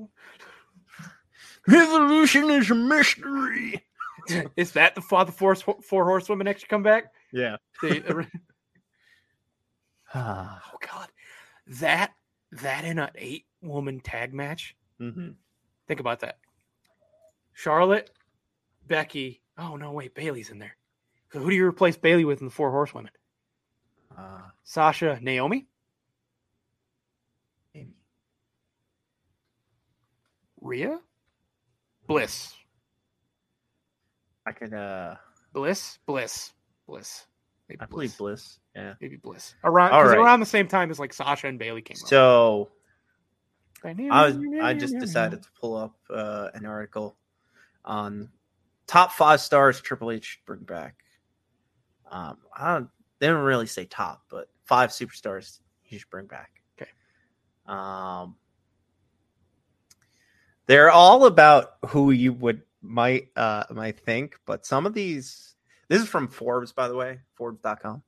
Speaker 3: Revolution is a mystery.
Speaker 4: (laughs) Is that the father four four horsewomen next to come back?
Speaker 3: (sighs) Yeah. (laughs)
Speaker 4: The- oh
Speaker 3: mm-hmm.
Speaker 4: God, that that in an eight woman tag match. Think about that. Charlotte, Becky. Oh no, wait, Bailey's in there. So who do you replace Bailey with in the four horsewomen?
Speaker 3: uh,
Speaker 4: Sasha, Naomi,
Speaker 3: maybe.
Speaker 4: Rhea, Bliss,
Speaker 3: I could. Uh,
Speaker 4: Bliss, Bliss, Bliss. Maybe
Speaker 3: I believe Bliss. Yeah.
Speaker 4: Maybe Bliss. Around
Speaker 3: All
Speaker 4: 'cause
Speaker 3: right.
Speaker 4: around the same time as like Sasha and Bailey came up.
Speaker 3: So I was. I just decided to pull up uh, an article on top five stars Triple H should bring back. Um, I don't. They don't really say top, but five superstars he should bring back.
Speaker 4: Okay.
Speaker 3: Um, they're all about who you would might uh might think, but some of these. This is from Forbes, by the way, Forbes.com.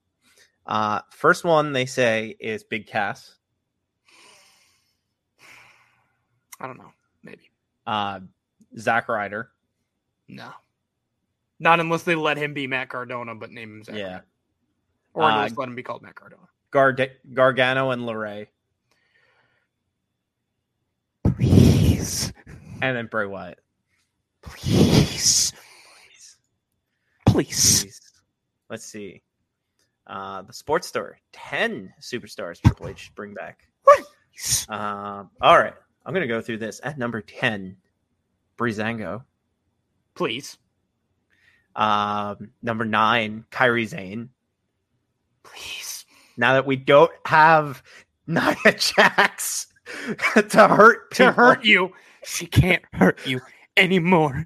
Speaker 3: Uh, first one they say is Big Cass.
Speaker 4: I don't know. Maybe.
Speaker 3: uh, Zack Ryder.
Speaker 4: No. Not unless they let him be Matt Cardona, but name him Zach.
Speaker 3: Yeah.
Speaker 4: Or
Speaker 3: Uh,
Speaker 4: unless let him be called Matt Cardona.
Speaker 3: Garde- Gargano and Lorray.
Speaker 4: Please.
Speaker 3: And then Bray Wyatt.
Speaker 4: Please.
Speaker 3: Please.
Speaker 4: Please.
Speaker 3: Please. Let's see. Uh, the sports store. 10 superstars Triple H should bring back. Um, all right. I'm going to go through this. At number 10, Breezango.
Speaker 4: Please.
Speaker 3: Um, number 9, Kyrie Zane.
Speaker 4: Please.
Speaker 3: Now that we don't have (laughs) Nia Jax (laughs) to hurt
Speaker 4: To
Speaker 3: people.
Speaker 4: hurt you. She can't hurt you anymore.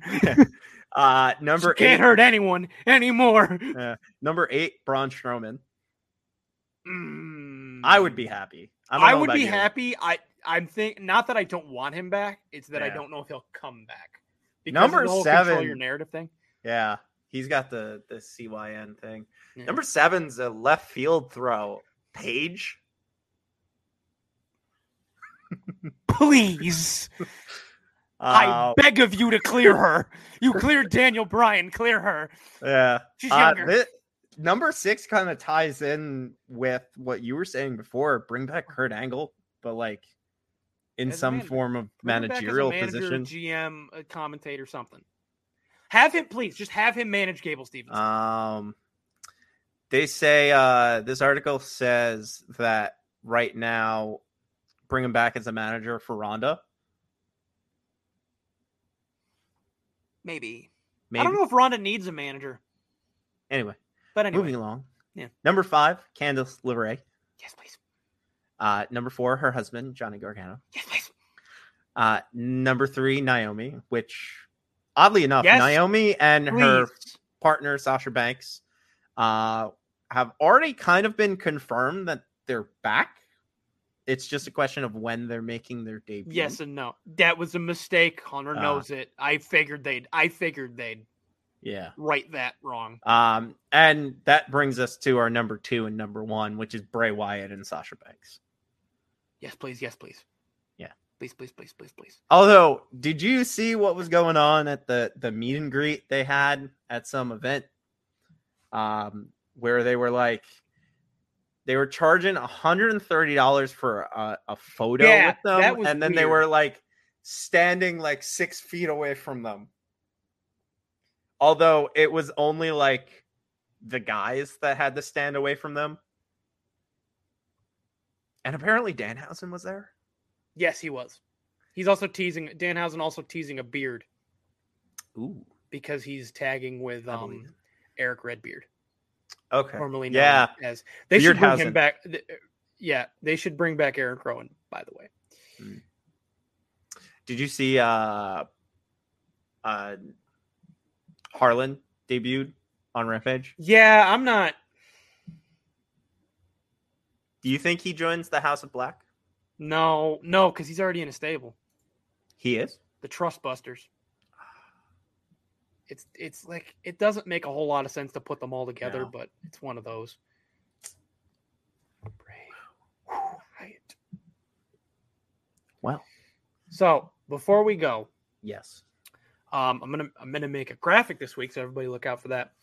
Speaker 3: Uh,
Speaker 4: She
Speaker 3: number
Speaker 4: can't
Speaker 3: 8,
Speaker 4: hurt anyone anymore.
Speaker 3: number 8, Braun Strowman.
Speaker 4: Mm.
Speaker 3: I would be happy. I, don't
Speaker 4: I
Speaker 3: know
Speaker 4: would
Speaker 3: about
Speaker 4: be
Speaker 3: you.
Speaker 4: happy. I I'm think not that I don't want him back. It's that I
Speaker 3: Yeah.
Speaker 4: don't know if he'll come back.
Speaker 3: Number
Speaker 4: of the whole
Speaker 3: seven.
Speaker 4: Control your narrative thing.
Speaker 3: Yeah, he's got the the CYN thing.
Speaker 4: Yeah.
Speaker 3: Number seven's a left field throw. Page.
Speaker 4: Please, I
Speaker 3: Uh,
Speaker 4: beg of you to clear her. You
Speaker 3: (laughs)
Speaker 4: cleared Daniel Bryan. Clear her.
Speaker 3: yeah.
Speaker 4: She's
Speaker 3: Uh,
Speaker 4: younger.
Speaker 3: thi- number six kind of ties in with what you were saying before. Bring back Kurt Angle, but like in
Speaker 4: As a
Speaker 3: some
Speaker 4: manager.
Speaker 3: form of
Speaker 4: Bring her back as a
Speaker 3: managerial
Speaker 4: manager,
Speaker 3: position.
Speaker 4: GM, a commentator, something. Have him, please. Just have him manage Gable Stevens.
Speaker 3: Um, they say uh, this article says that right now, bring him back as a manager for Ronda.
Speaker 4: Maybe.
Speaker 3: Maybe.
Speaker 4: I don't know if Ronda needs a manager,
Speaker 3: Anyway,
Speaker 4: but anyway.
Speaker 3: moving along.
Speaker 4: Yeah.
Speaker 3: Number five, Candice LeRae.
Speaker 4: Yes, please.
Speaker 3: Uh, number four, her husband Johnny Gargano.
Speaker 4: Yes, please.
Speaker 3: Uh, number three, Naomi. Which, oddly enough,
Speaker 4: Yes.
Speaker 3: Naomi and her
Speaker 4: Please.
Speaker 3: partner Sasha Banks uh, have already kind of been confirmed that they're back. It's just a question of when they're making their debut.
Speaker 4: Yes and no. That was a mistake. Hunter
Speaker 3: Mm-hmm. Uh,
Speaker 4: knows it. I figured they'd. I figured they'd
Speaker 3: Yeah.
Speaker 4: write that wrong.
Speaker 3: Um, and that brings us to our number two and number one, which is Bray Wyatt and Sasha Banks.
Speaker 4: Yes, please. Yes, please.
Speaker 3: Yeah.
Speaker 4: Please, please, please, please, please.
Speaker 3: Although, did you see what was going on at the the meet and greet they had at some event, um, where they were like, They were charging $130 for a, a photo
Speaker 4: Yeah,
Speaker 3: with them.
Speaker 4: that was
Speaker 3: and then they
Speaker 4: weird.
Speaker 3: were like standing like six feet away from them. Although it was only like the guys that had to stand away from them. And apparently Danhausen was there.
Speaker 4: Yes, he was. He's also teasing Danhausen also teasing a beard
Speaker 3: Ooh.
Speaker 4: because he's tagging with
Speaker 3: I believe
Speaker 4: um Eric Redbeard,
Speaker 3: it. okay.
Speaker 4: formerly known
Speaker 3: yeah.
Speaker 4: as they should bring him
Speaker 3: Beardhausen.
Speaker 4: back. th- Yeah, they should bring back Aaron Crowan, by the way.
Speaker 3: Did you see uh uh Harlan debuted on Rampage?
Speaker 4: Yeah, I'm not
Speaker 3: Do you think he joins the House of Black?
Speaker 4: no, no, because he's already in a stable.
Speaker 3: He is.
Speaker 4: The Trust Busters. It's it's like it doesn't make a whole lot of sense to put them all together,
Speaker 3: No.
Speaker 4: but it's one of those. Bray Wyatt.
Speaker 3: Well,
Speaker 4: So before we go,
Speaker 3: yes.
Speaker 4: um, I'm gonna I'm gonna make a graphic this week, so everybody look out for that.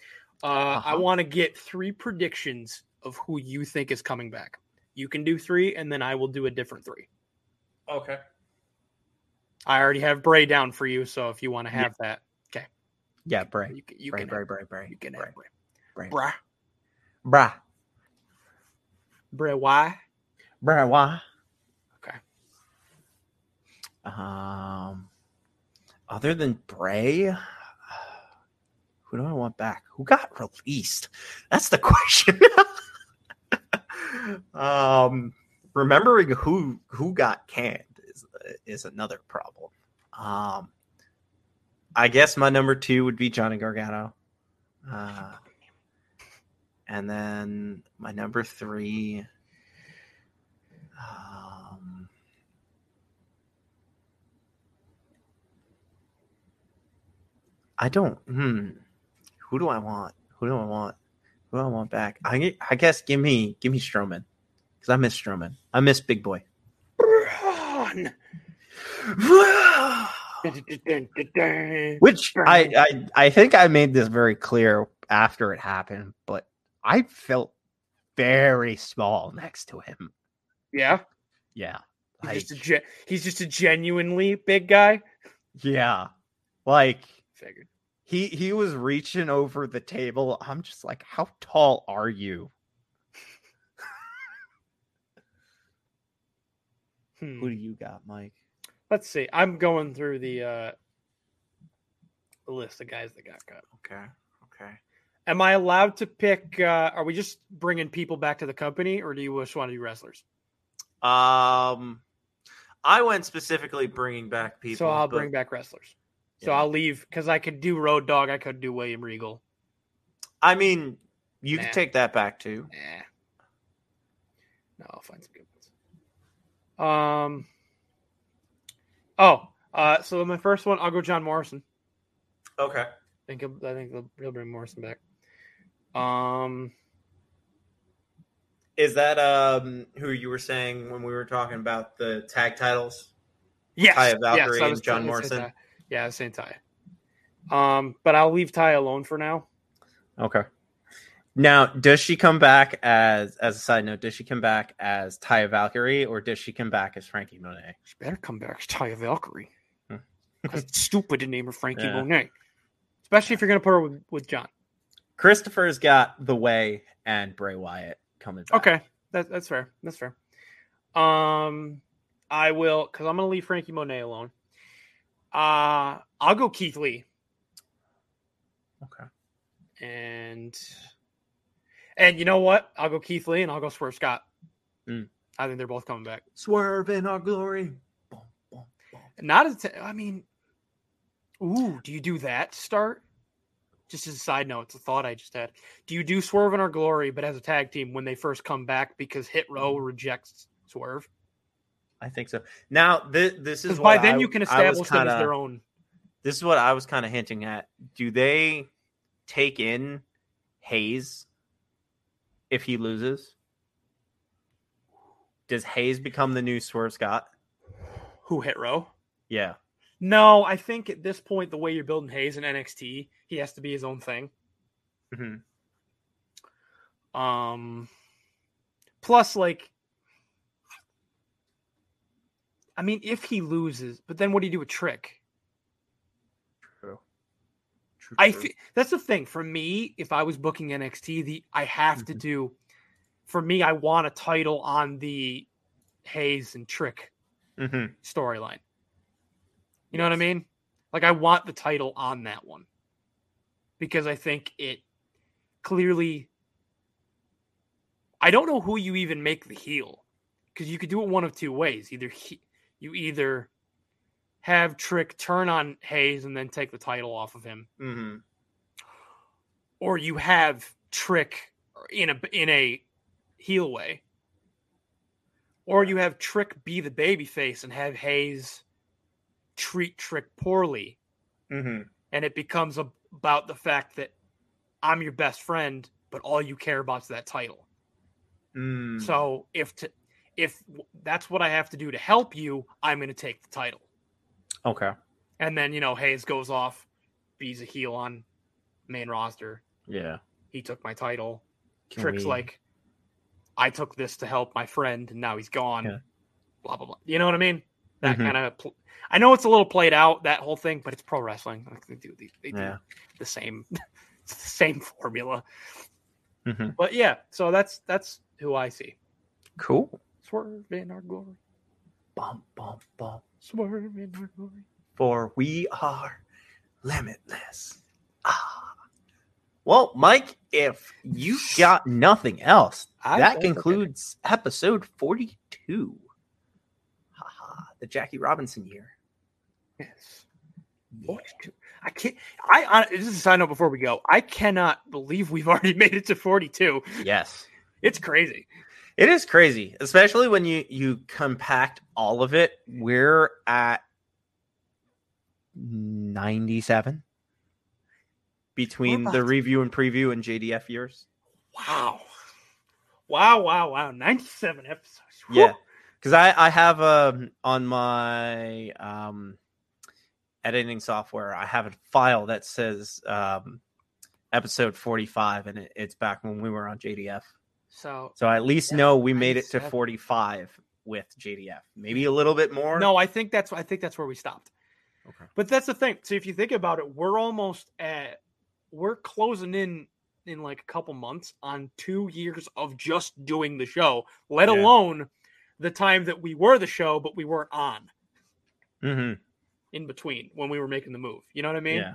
Speaker 4: Uh, I
Speaker 3: Uh-huh.
Speaker 4: want to get three predictions of who you think is coming back. You can do three, and then I will do a different three.
Speaker 3: Okay.
Speaker 4: I already have Bray down for you, so if you want to
Speaker 3: Yeah.
Speaker 4: have that,
Speaker 3: Yeah, Bray.
Speaker 4: you can you
Speaker 3: Bray,
Speaker 4: can
Speaker 3: Bray,
Speaker 4: have,
Speaker 3: Bray, Bray.
Speaker 4: you can
Speaker 3: Bray.
Speaker 4: have Bray.
Speaker 3: Bray.
Speaker 4: Bra
Speaker 3: Brah.
Speaker 4: Bray why?
Speaker 3: Bray why?
Speaker 4: Okay.
Speaker 3: Um other than Bray, (sighs) who do I want back? Who got released? That's the (laughs) question. um remembering who who got canned is is another problem. Um I guess my number 2 would be Johnny Gargano. Uh and then my number 3 um I don't. Hmm. Who do I want? Who do I want? Who do I want back? I gue- I guess give me give me Strowman because I miss Strowman. I miss Big Boy.
Speaker 4: Braun!
Speaker 3: Which I, I I think I made this very clear after it happened, but I felt very small next to him.
Speaker 4: (laughs) Yeah,
Speaker 3: Yeah.
Speaker 4: he's just, a
Speaker 3: Like,
Speaker 4: gen- he's just a genuinely big guy.
Speaker 3: yeah. Like
Speaker 4: Figured.
Speaker 3: he he was reaching over the table. I'm just like, how tall are you?
Speaker 4: Hmm.
Speaker 3: Who do you got, Mike?
Speaker 4: Let's see. I'm going through the uh the list of guys that got cut.
Speaker 3: Okay. Okay.
Speaker 4: Am I allowed to pick? Uh, are we just bringing people back to the company, or do you just want to do wrestlers?
Speaker 3: Um, I went specifically bringing back people.
Speaker 4: so I'll
Speaker 3: but-
Speaker 4: bring back wrestlers. So
Speaker 3: Yeah.
Speaker 4: I'll leave because I could do Road Dog. I could do William Regal.
Speaker 3: I mean, you
Speaker 4: Nah.
Speaker 3: can take that back too.
Speaker 4: Nah. No, I'll find some good ones. Um. Oh, uh, so my first one, I'll go John Morrison.
Speaker 3: Okay.
Speaker 4: think he'll, I think they'll- he'll bring Morrison back. Um.
Speaker 3: Is that um who you were saying when we were talking about the tag titles?
Speaker 4: Yes.
Speaker 3: Taya
Speaker 4: yes,
Speaker 3: Valkyrie
Speaker 4: I
Speaker 3: and
Speaker 4: was-
Speaker 3: John
Speaker 4: I said
Speaker 3: Morrison.
Speaker 4: Ty. Yeah, I was saying Ty. Um, but I'll leave Ty alone for now.
Speaker 3: Okay. Now, does she come back as as a side note? Does she come back as Taya Valkyrie, or does she come back as Frankie Monet?
Speaker 4: She better come back (laughs) as Taya Valkyrie.
Speaker 3: Hmm.
Speaker 4: 'Cause it's stupid to name her Frankie
Speaker 3: Yeah.
Speaker 4: Monet. Especially if you're gonna put her with, with John.
Speaker 3: Christopher's got the way and Bray Wyatt coming back.
Speaker 4: Okay. That, that's fair. That's fair. Um I will because I'm gonna leave Frankie Monet alone. Uh I'll go Keith Lee.
Speaker 3: Okay.
Speaker 4: And and you know what? I'll go Keith Lee and I'll go Swerve Scott.
Speaker 3: Hmm.
Speaker 4: I think they're both coming back.
Speaker 3: Swerve in our glory. Boom, boom, boom.
Speaker 4: Not as I mean, ooh, do you do that start? Just as a side note, it's a thought I just had. Do you do Swerve and our glory, but as a tag team when they first come back because Hit Row rejects Swerve?
Speaker 3: I think so. Now, this this
Speaker 4: Because
Speaker 3: is
Speaker 4: by
Speaker 3: what
Speaker 4: then
Speaker 3: I-
Speaker 4: you can
Speaker 3: I was
Speaker 4: establish them as
Speaker 3: kinda-
Speaker 4: their own.
Speaker 3: This is what I was kind of hinting at. Do they take in Hayes if he loses? Does Hayes become the new Swerve Scott?
Speaker 4: Who Hit Row?
Speaker 3: Yeah.
Speaker 4: No, I think at this point the way you're building Hayes in NXT, he has to be Mm-hmm. his own thing.
Speaker 3: Mhm.
Speaker 4: Um, Plus, like, I mean, if he loses, but then what do you do with Trick?
Speaker 3: True. True,
Speaker 4: I
Speaker 3: true.
Speaker 4: fe- that's the thing for me. If I was booking NXT, the I have to do. For me, I want a title on the Hayes and Trick
Speaker 3: Mhm.
Speaker 4: storyline. You know what I mean? Like I want the title on that one because I think it clearly. I don't know who you even make the heel because you could do it one of two ways. Either he, you either have Trick turn on Hayes and then take the title off of him,
Speaker 3: Mhm.
Speaker 4: or you have Trick in a in a heel way, or you have Trick be the babyface and have Hayes treat Trick poorly,
Speaker 3: Mhm.
Speaker 4: and it becomes ab- about the fact that I'm your best friend, but all you care about is that title.
Speaker 3: Mm.
Speaker 4: So if to, if w- that's what I have to do to help you, I'm going to take the title,
Speaker 3: Okay.
Speaker 4: and then you know Hayes goes off, he's a heel on main roster.
Speaker 3: Yeah.
Speaker 4: He took my title.
Speaker 3: Can
Speaker 4: tricks
Speaker 3: we-
Speaker 4: like I took this to help my friend and now he's gone.
Speaker 3: Yeah.
Speaker 4: Blah blah blah. You know what I mean? That
Speaker 3: Mhm.
Speaker 4: kind of. Pl- I know it's a little played out that whole thing, but it's pro wrestling. Like they do the, they do
Speaker 3: Yeah.
Speaker 4: the same, (laughs) it's the same formula.
Speaker 3: Mhm.
Speaker 4: But yeah, so that's that's who I see.
Speaker 3: Cool.
Speaker 4: Swerve in our glory.
Speaker 3: Bum, bum, bum.
Speaker 4: Swerve in our glory.
Speaker 3: for we are limitless. Ah. Well, Mike, if you got nothing else,
Speaker 4: I
Speaker 3: that
Speaker 4: think-
Speaker 3: concludes episode 42. Haha, the Jackie Robinson year.
Speaker 4: Yes. Forty-two. I can't. I hon- this is a side note before we go. I cannot believe we've (laughs) already made it to forty-two.
Speaker 3: Yes.
Speaker 4: It's crazy.
Speaker 3: It is crazy, especially when you you compact all of it. We're at 97 between the
Speaker 4: about-
Speaker 3: review and preview and JDF years.
Speaker 4: Wow. Wow, wow, wow. 97 episodes. Whew.
Speaker 3: Yeah, because I I have um on my um editing software I have a file that says um episode forty five and it, it's back when we were on JDF.
Speaker 4: So,
Speaker 3: So I at least know we made it to
Speaker 4: 97.
Speaker 3: forty five with JDF. Maybe a little bit more.
Speaker 4: no, I think that's I think that's where we stopped.
Speaker 3: Okay.
Speaker 4: But that's the thing. So if you think about it, we're almost at we're closing in in like a couple months on 2 years of just doing the show, let
Speaker 3: Yeah.
Speaker 4: alone the time that we were the show but we weren't on
Speaker 3: Mhm.
Speaker 4: in between when we were making the move. You know what I mean?
Speaker 3: Yeah.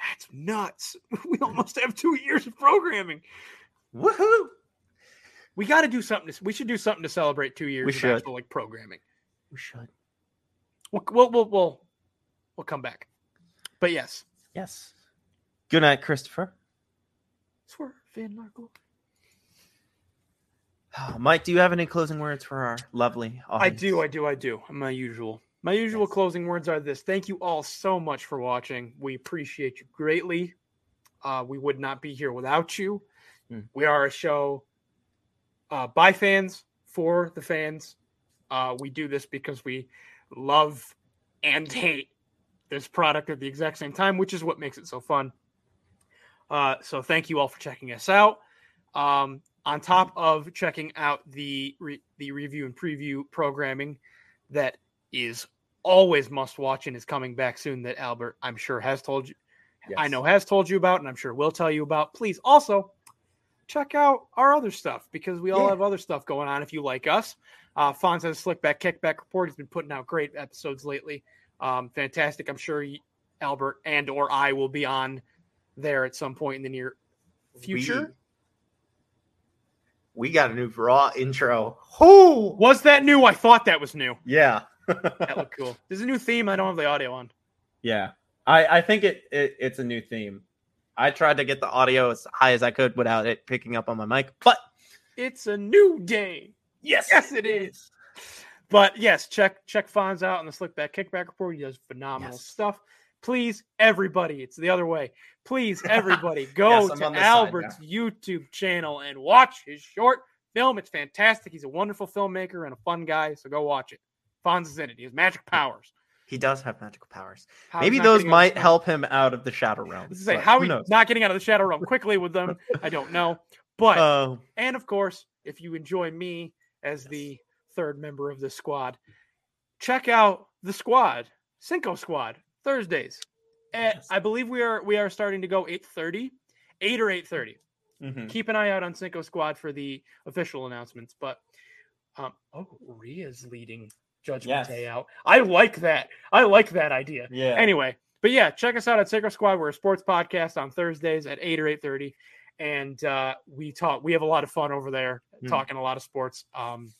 Speaker 4: That's nuts. (laughs) We almost have 2 years of programming.
Speaker 3: Woohoo!
Speaker 4: We got to do something. To, we should do something to celebrate two years
Speaker 3: We
Speaker 4: of
Speaker 3: should.
Speaker 4: actual, like programming.
Speaker 3: We should.
Speaker 4: We'll, we'll we'll we'll we'll come back. But yes,
Speaker 3: Yes. Good night, Christopher. (sighs)
Speaker 4: swerve in our glory.
Speaker 3: Mike, do you have any closing words for our lovely
Speaker 4: I
Speaker 3: audience?
Speaker 4: do, I do, I do. My usual. My usual
Speaker 3: Yes.
Speaker 4: closing words are this. Thank you all so much for watching. We appreciate you greatly. Uh, we would not be here without you.
Speaker 3: Mm.
Speaker 4: We are a show uh, by fans for the fans. Uh, we do this because we love and hate this product at the exact same time, which is what makes it so fun. Uh, so thank you all for checking us out. Um, on top of checking out the re- the review and preview programming that is always must watch and is coming back soon that Albert I'm sure has told you I
Speaker 3: Yes.
Speaker 4: know has told you about and I'm sure will tell you about please also check out our other stuff because we all
Speaker 3: Yeah.
Speaker 4: have other stuff going on if you like us uh Fonz has Slickback Kickback Report he's been putting out great episodes lately um fantastic I'm sure y- Albert and or I will be on there at some point in the near future
Speaker 3: We, we got a new raw intro. Whoo!
Speaker 4: Was that new? I thought that was new.
Speaker 3: Yeah. (laughs)
Speaker 4: That looked cool. There's a new theme. I don't have the audio on.
Speaker 3: yeah. I, I think it, it it's a new theme. I tried to get the audio as high as I could without it picking up on my mic, but
Speaker 4: It's a new day.
Speaker 3: yes,
Speaker 4: Yes, it is. But yes, check check Fonz out on the Slickback Kickback Report. He does phenomenal
Speaker 3: Yes.
Speaker 4: stuff. Please, everybody, it's the other way. Please,
Speaker 3: (laughs)
Speaker 4: everybody, go
Speaker 3: Yes, I'm
Speaker 4: to
Speaker 3: on this side
Speaker 4: Albert's YouTube channel and watch his short film. It's fantastic. He's a wonderful filmmaker and a fun guy. So go watch it. Fonz is in it. He has magic powers.
Speaker 3: He does have magical powers.
Speaker 4: How
Speaker 3: Maybe
Speaker 4: he's not
Speaker 3: those
Speaker 4: getting
Speaker 3: might
Speaker 4: out of-
Speaker 3: help him out of the shadow realm.
Speaker 4: This is like
Speaker 3: but
Speaker 4: how
Speaker 3: who
Speaker 4: he's
Speaker 3: knows? (laughs)
Speaker 4: not getting out of the shadow realm quickly with them. I don't know, But
Speaker 3: Oh,
Speaker 4: and of course, if you enjoy me as the third member of the squad, check out the squad, Cinco Squad, Thursdays. At,
Speaker 3: Yes.
Speaker 4: I believe we are we are starting to go 8:30, 8 or 8:30.
Speaker 3: mhm.
Speaker 4: Keep an eye out on Cinco Squad for the official announcements. But um, oh, Rhea's leading Judgment
Speaker 3: Yes.
Speaker 4: Day out. I like that. I like that idea.
Speaker 3: yeah.
Speaker 4: (laughs) Anyway, but yeah, check us out at Sacred Squad. We're a sports podcast on Thursdays at eight or eight thirty, and uh, we talk. We have a lot of fun over there,
Speaker 3: Mhm.
Speaker 4: talking a lot of sports. Um,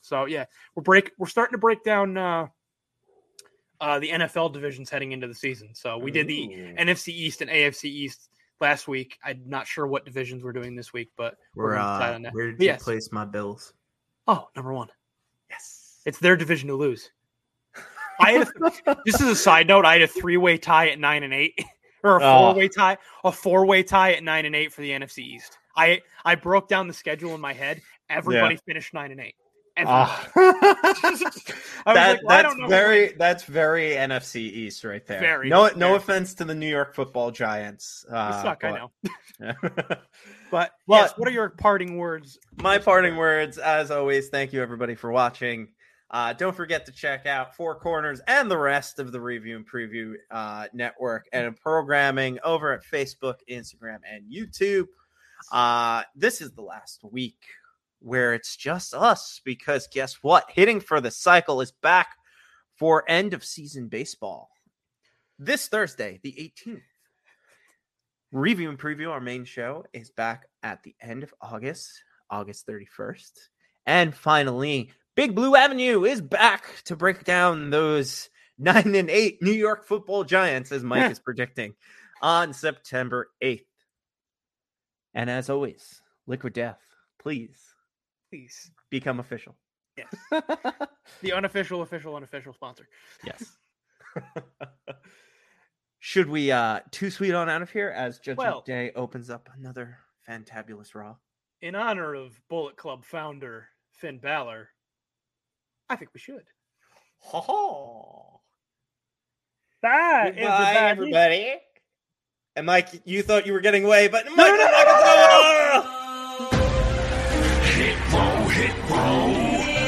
Speaker 4: so yeah, we're break. We're starting to break down uh, uh, the NFL divisions heading into the season. So we did the
Speaker 3: Ooh.
Speaker 4: NFC East and AFC East last week. I'm not sure what divisions we're doing this week, but
Speaker 3: We're,
Speaker 4: gonna decide
Speaker 3: uh,
Speaker 4: on that.
Speaker 3: where did
Speaker 4: Yes.
Speaker 3: you place my bills?
Speaker 4: oh, number one,
Speaker 3: Yes.
Speaker 4: it's their division to lose. I had a
Speaker 3: (laughs)
Speaker 4: Just as a side note, I had a three-way tie at nine and eight, (laughs) or a
Speaker 3: Oh.
Speaker 4: four-way tie, a four-way tie at nine and eight for the NFC East. I I broke down the schedule in my head. Everybody finished nine and eight. Everybody.
Speaker 3: Ah. (laughs)
Speaker 4: I was
Speaker 3: That-
Speaker 4: like, well, I
Speaker 3: that's
Speaker 4: don't know who
Speaker 3: very
Speaker 4: wins.
Speaker 3: that's very NFC East right there.
Speaker 4: Very,
Speaker 3: no no
Speaker 4: very.
Speaker 3: offense to the New York Football Giants.
Speaker 4: They
Speaker 3: Uh,
Speaker 4: suck. I
Speaker 3: but-
Speaker 4: know,
Speaker 3: (laughs) but
Speaker 4: but yes, what are your parting words?
Speaker 3: my parting words, as always, thank you everybody for watching. Uh, don't forget to check out Four Corners and the rest of the Review and Preview uh, network and programming over at Facebook, Instagram, and YouTube. Uh, this is the last week where it's just us because guess what? Hitting for the cycle is back for end of season baseball this Thursday, the 18th. Review and Preview, our main show, is back at the end of August. August 31st. And finally, Big Blue Avenue is back to break down those (laughs) nine and eight New York football giants, as Mike is predicting, on September 8th. And as always, Liquid Death, please
Speaker 4: Please,
Speaker 3: become official.
Speaker 4: Yes. the unofficial, official, unofficial sponsor.
Speaker 3: yes. (laughs) Should we uh too sweet on out of here as Judgment
Speaker 4: Well-
Speaker 3: Day opens up another fantabulous raw?
Speaker 4: In honor of Bullet Club founder Finn Balor, I think we should.
Speaker 3: Ho ho!
Speaker 4: That is
Speaker 3: Goodbye, everybody. And Mike, you thought you were getting away, but Mike,
Speaker 4: no,
Speaker 3: Mike,
Speaker 4: no, no,
Speaker 3: no, no,
Speaker 4: no,
Speaker 3: no, no, no.
Speaker 2: Hit roll, hit roll.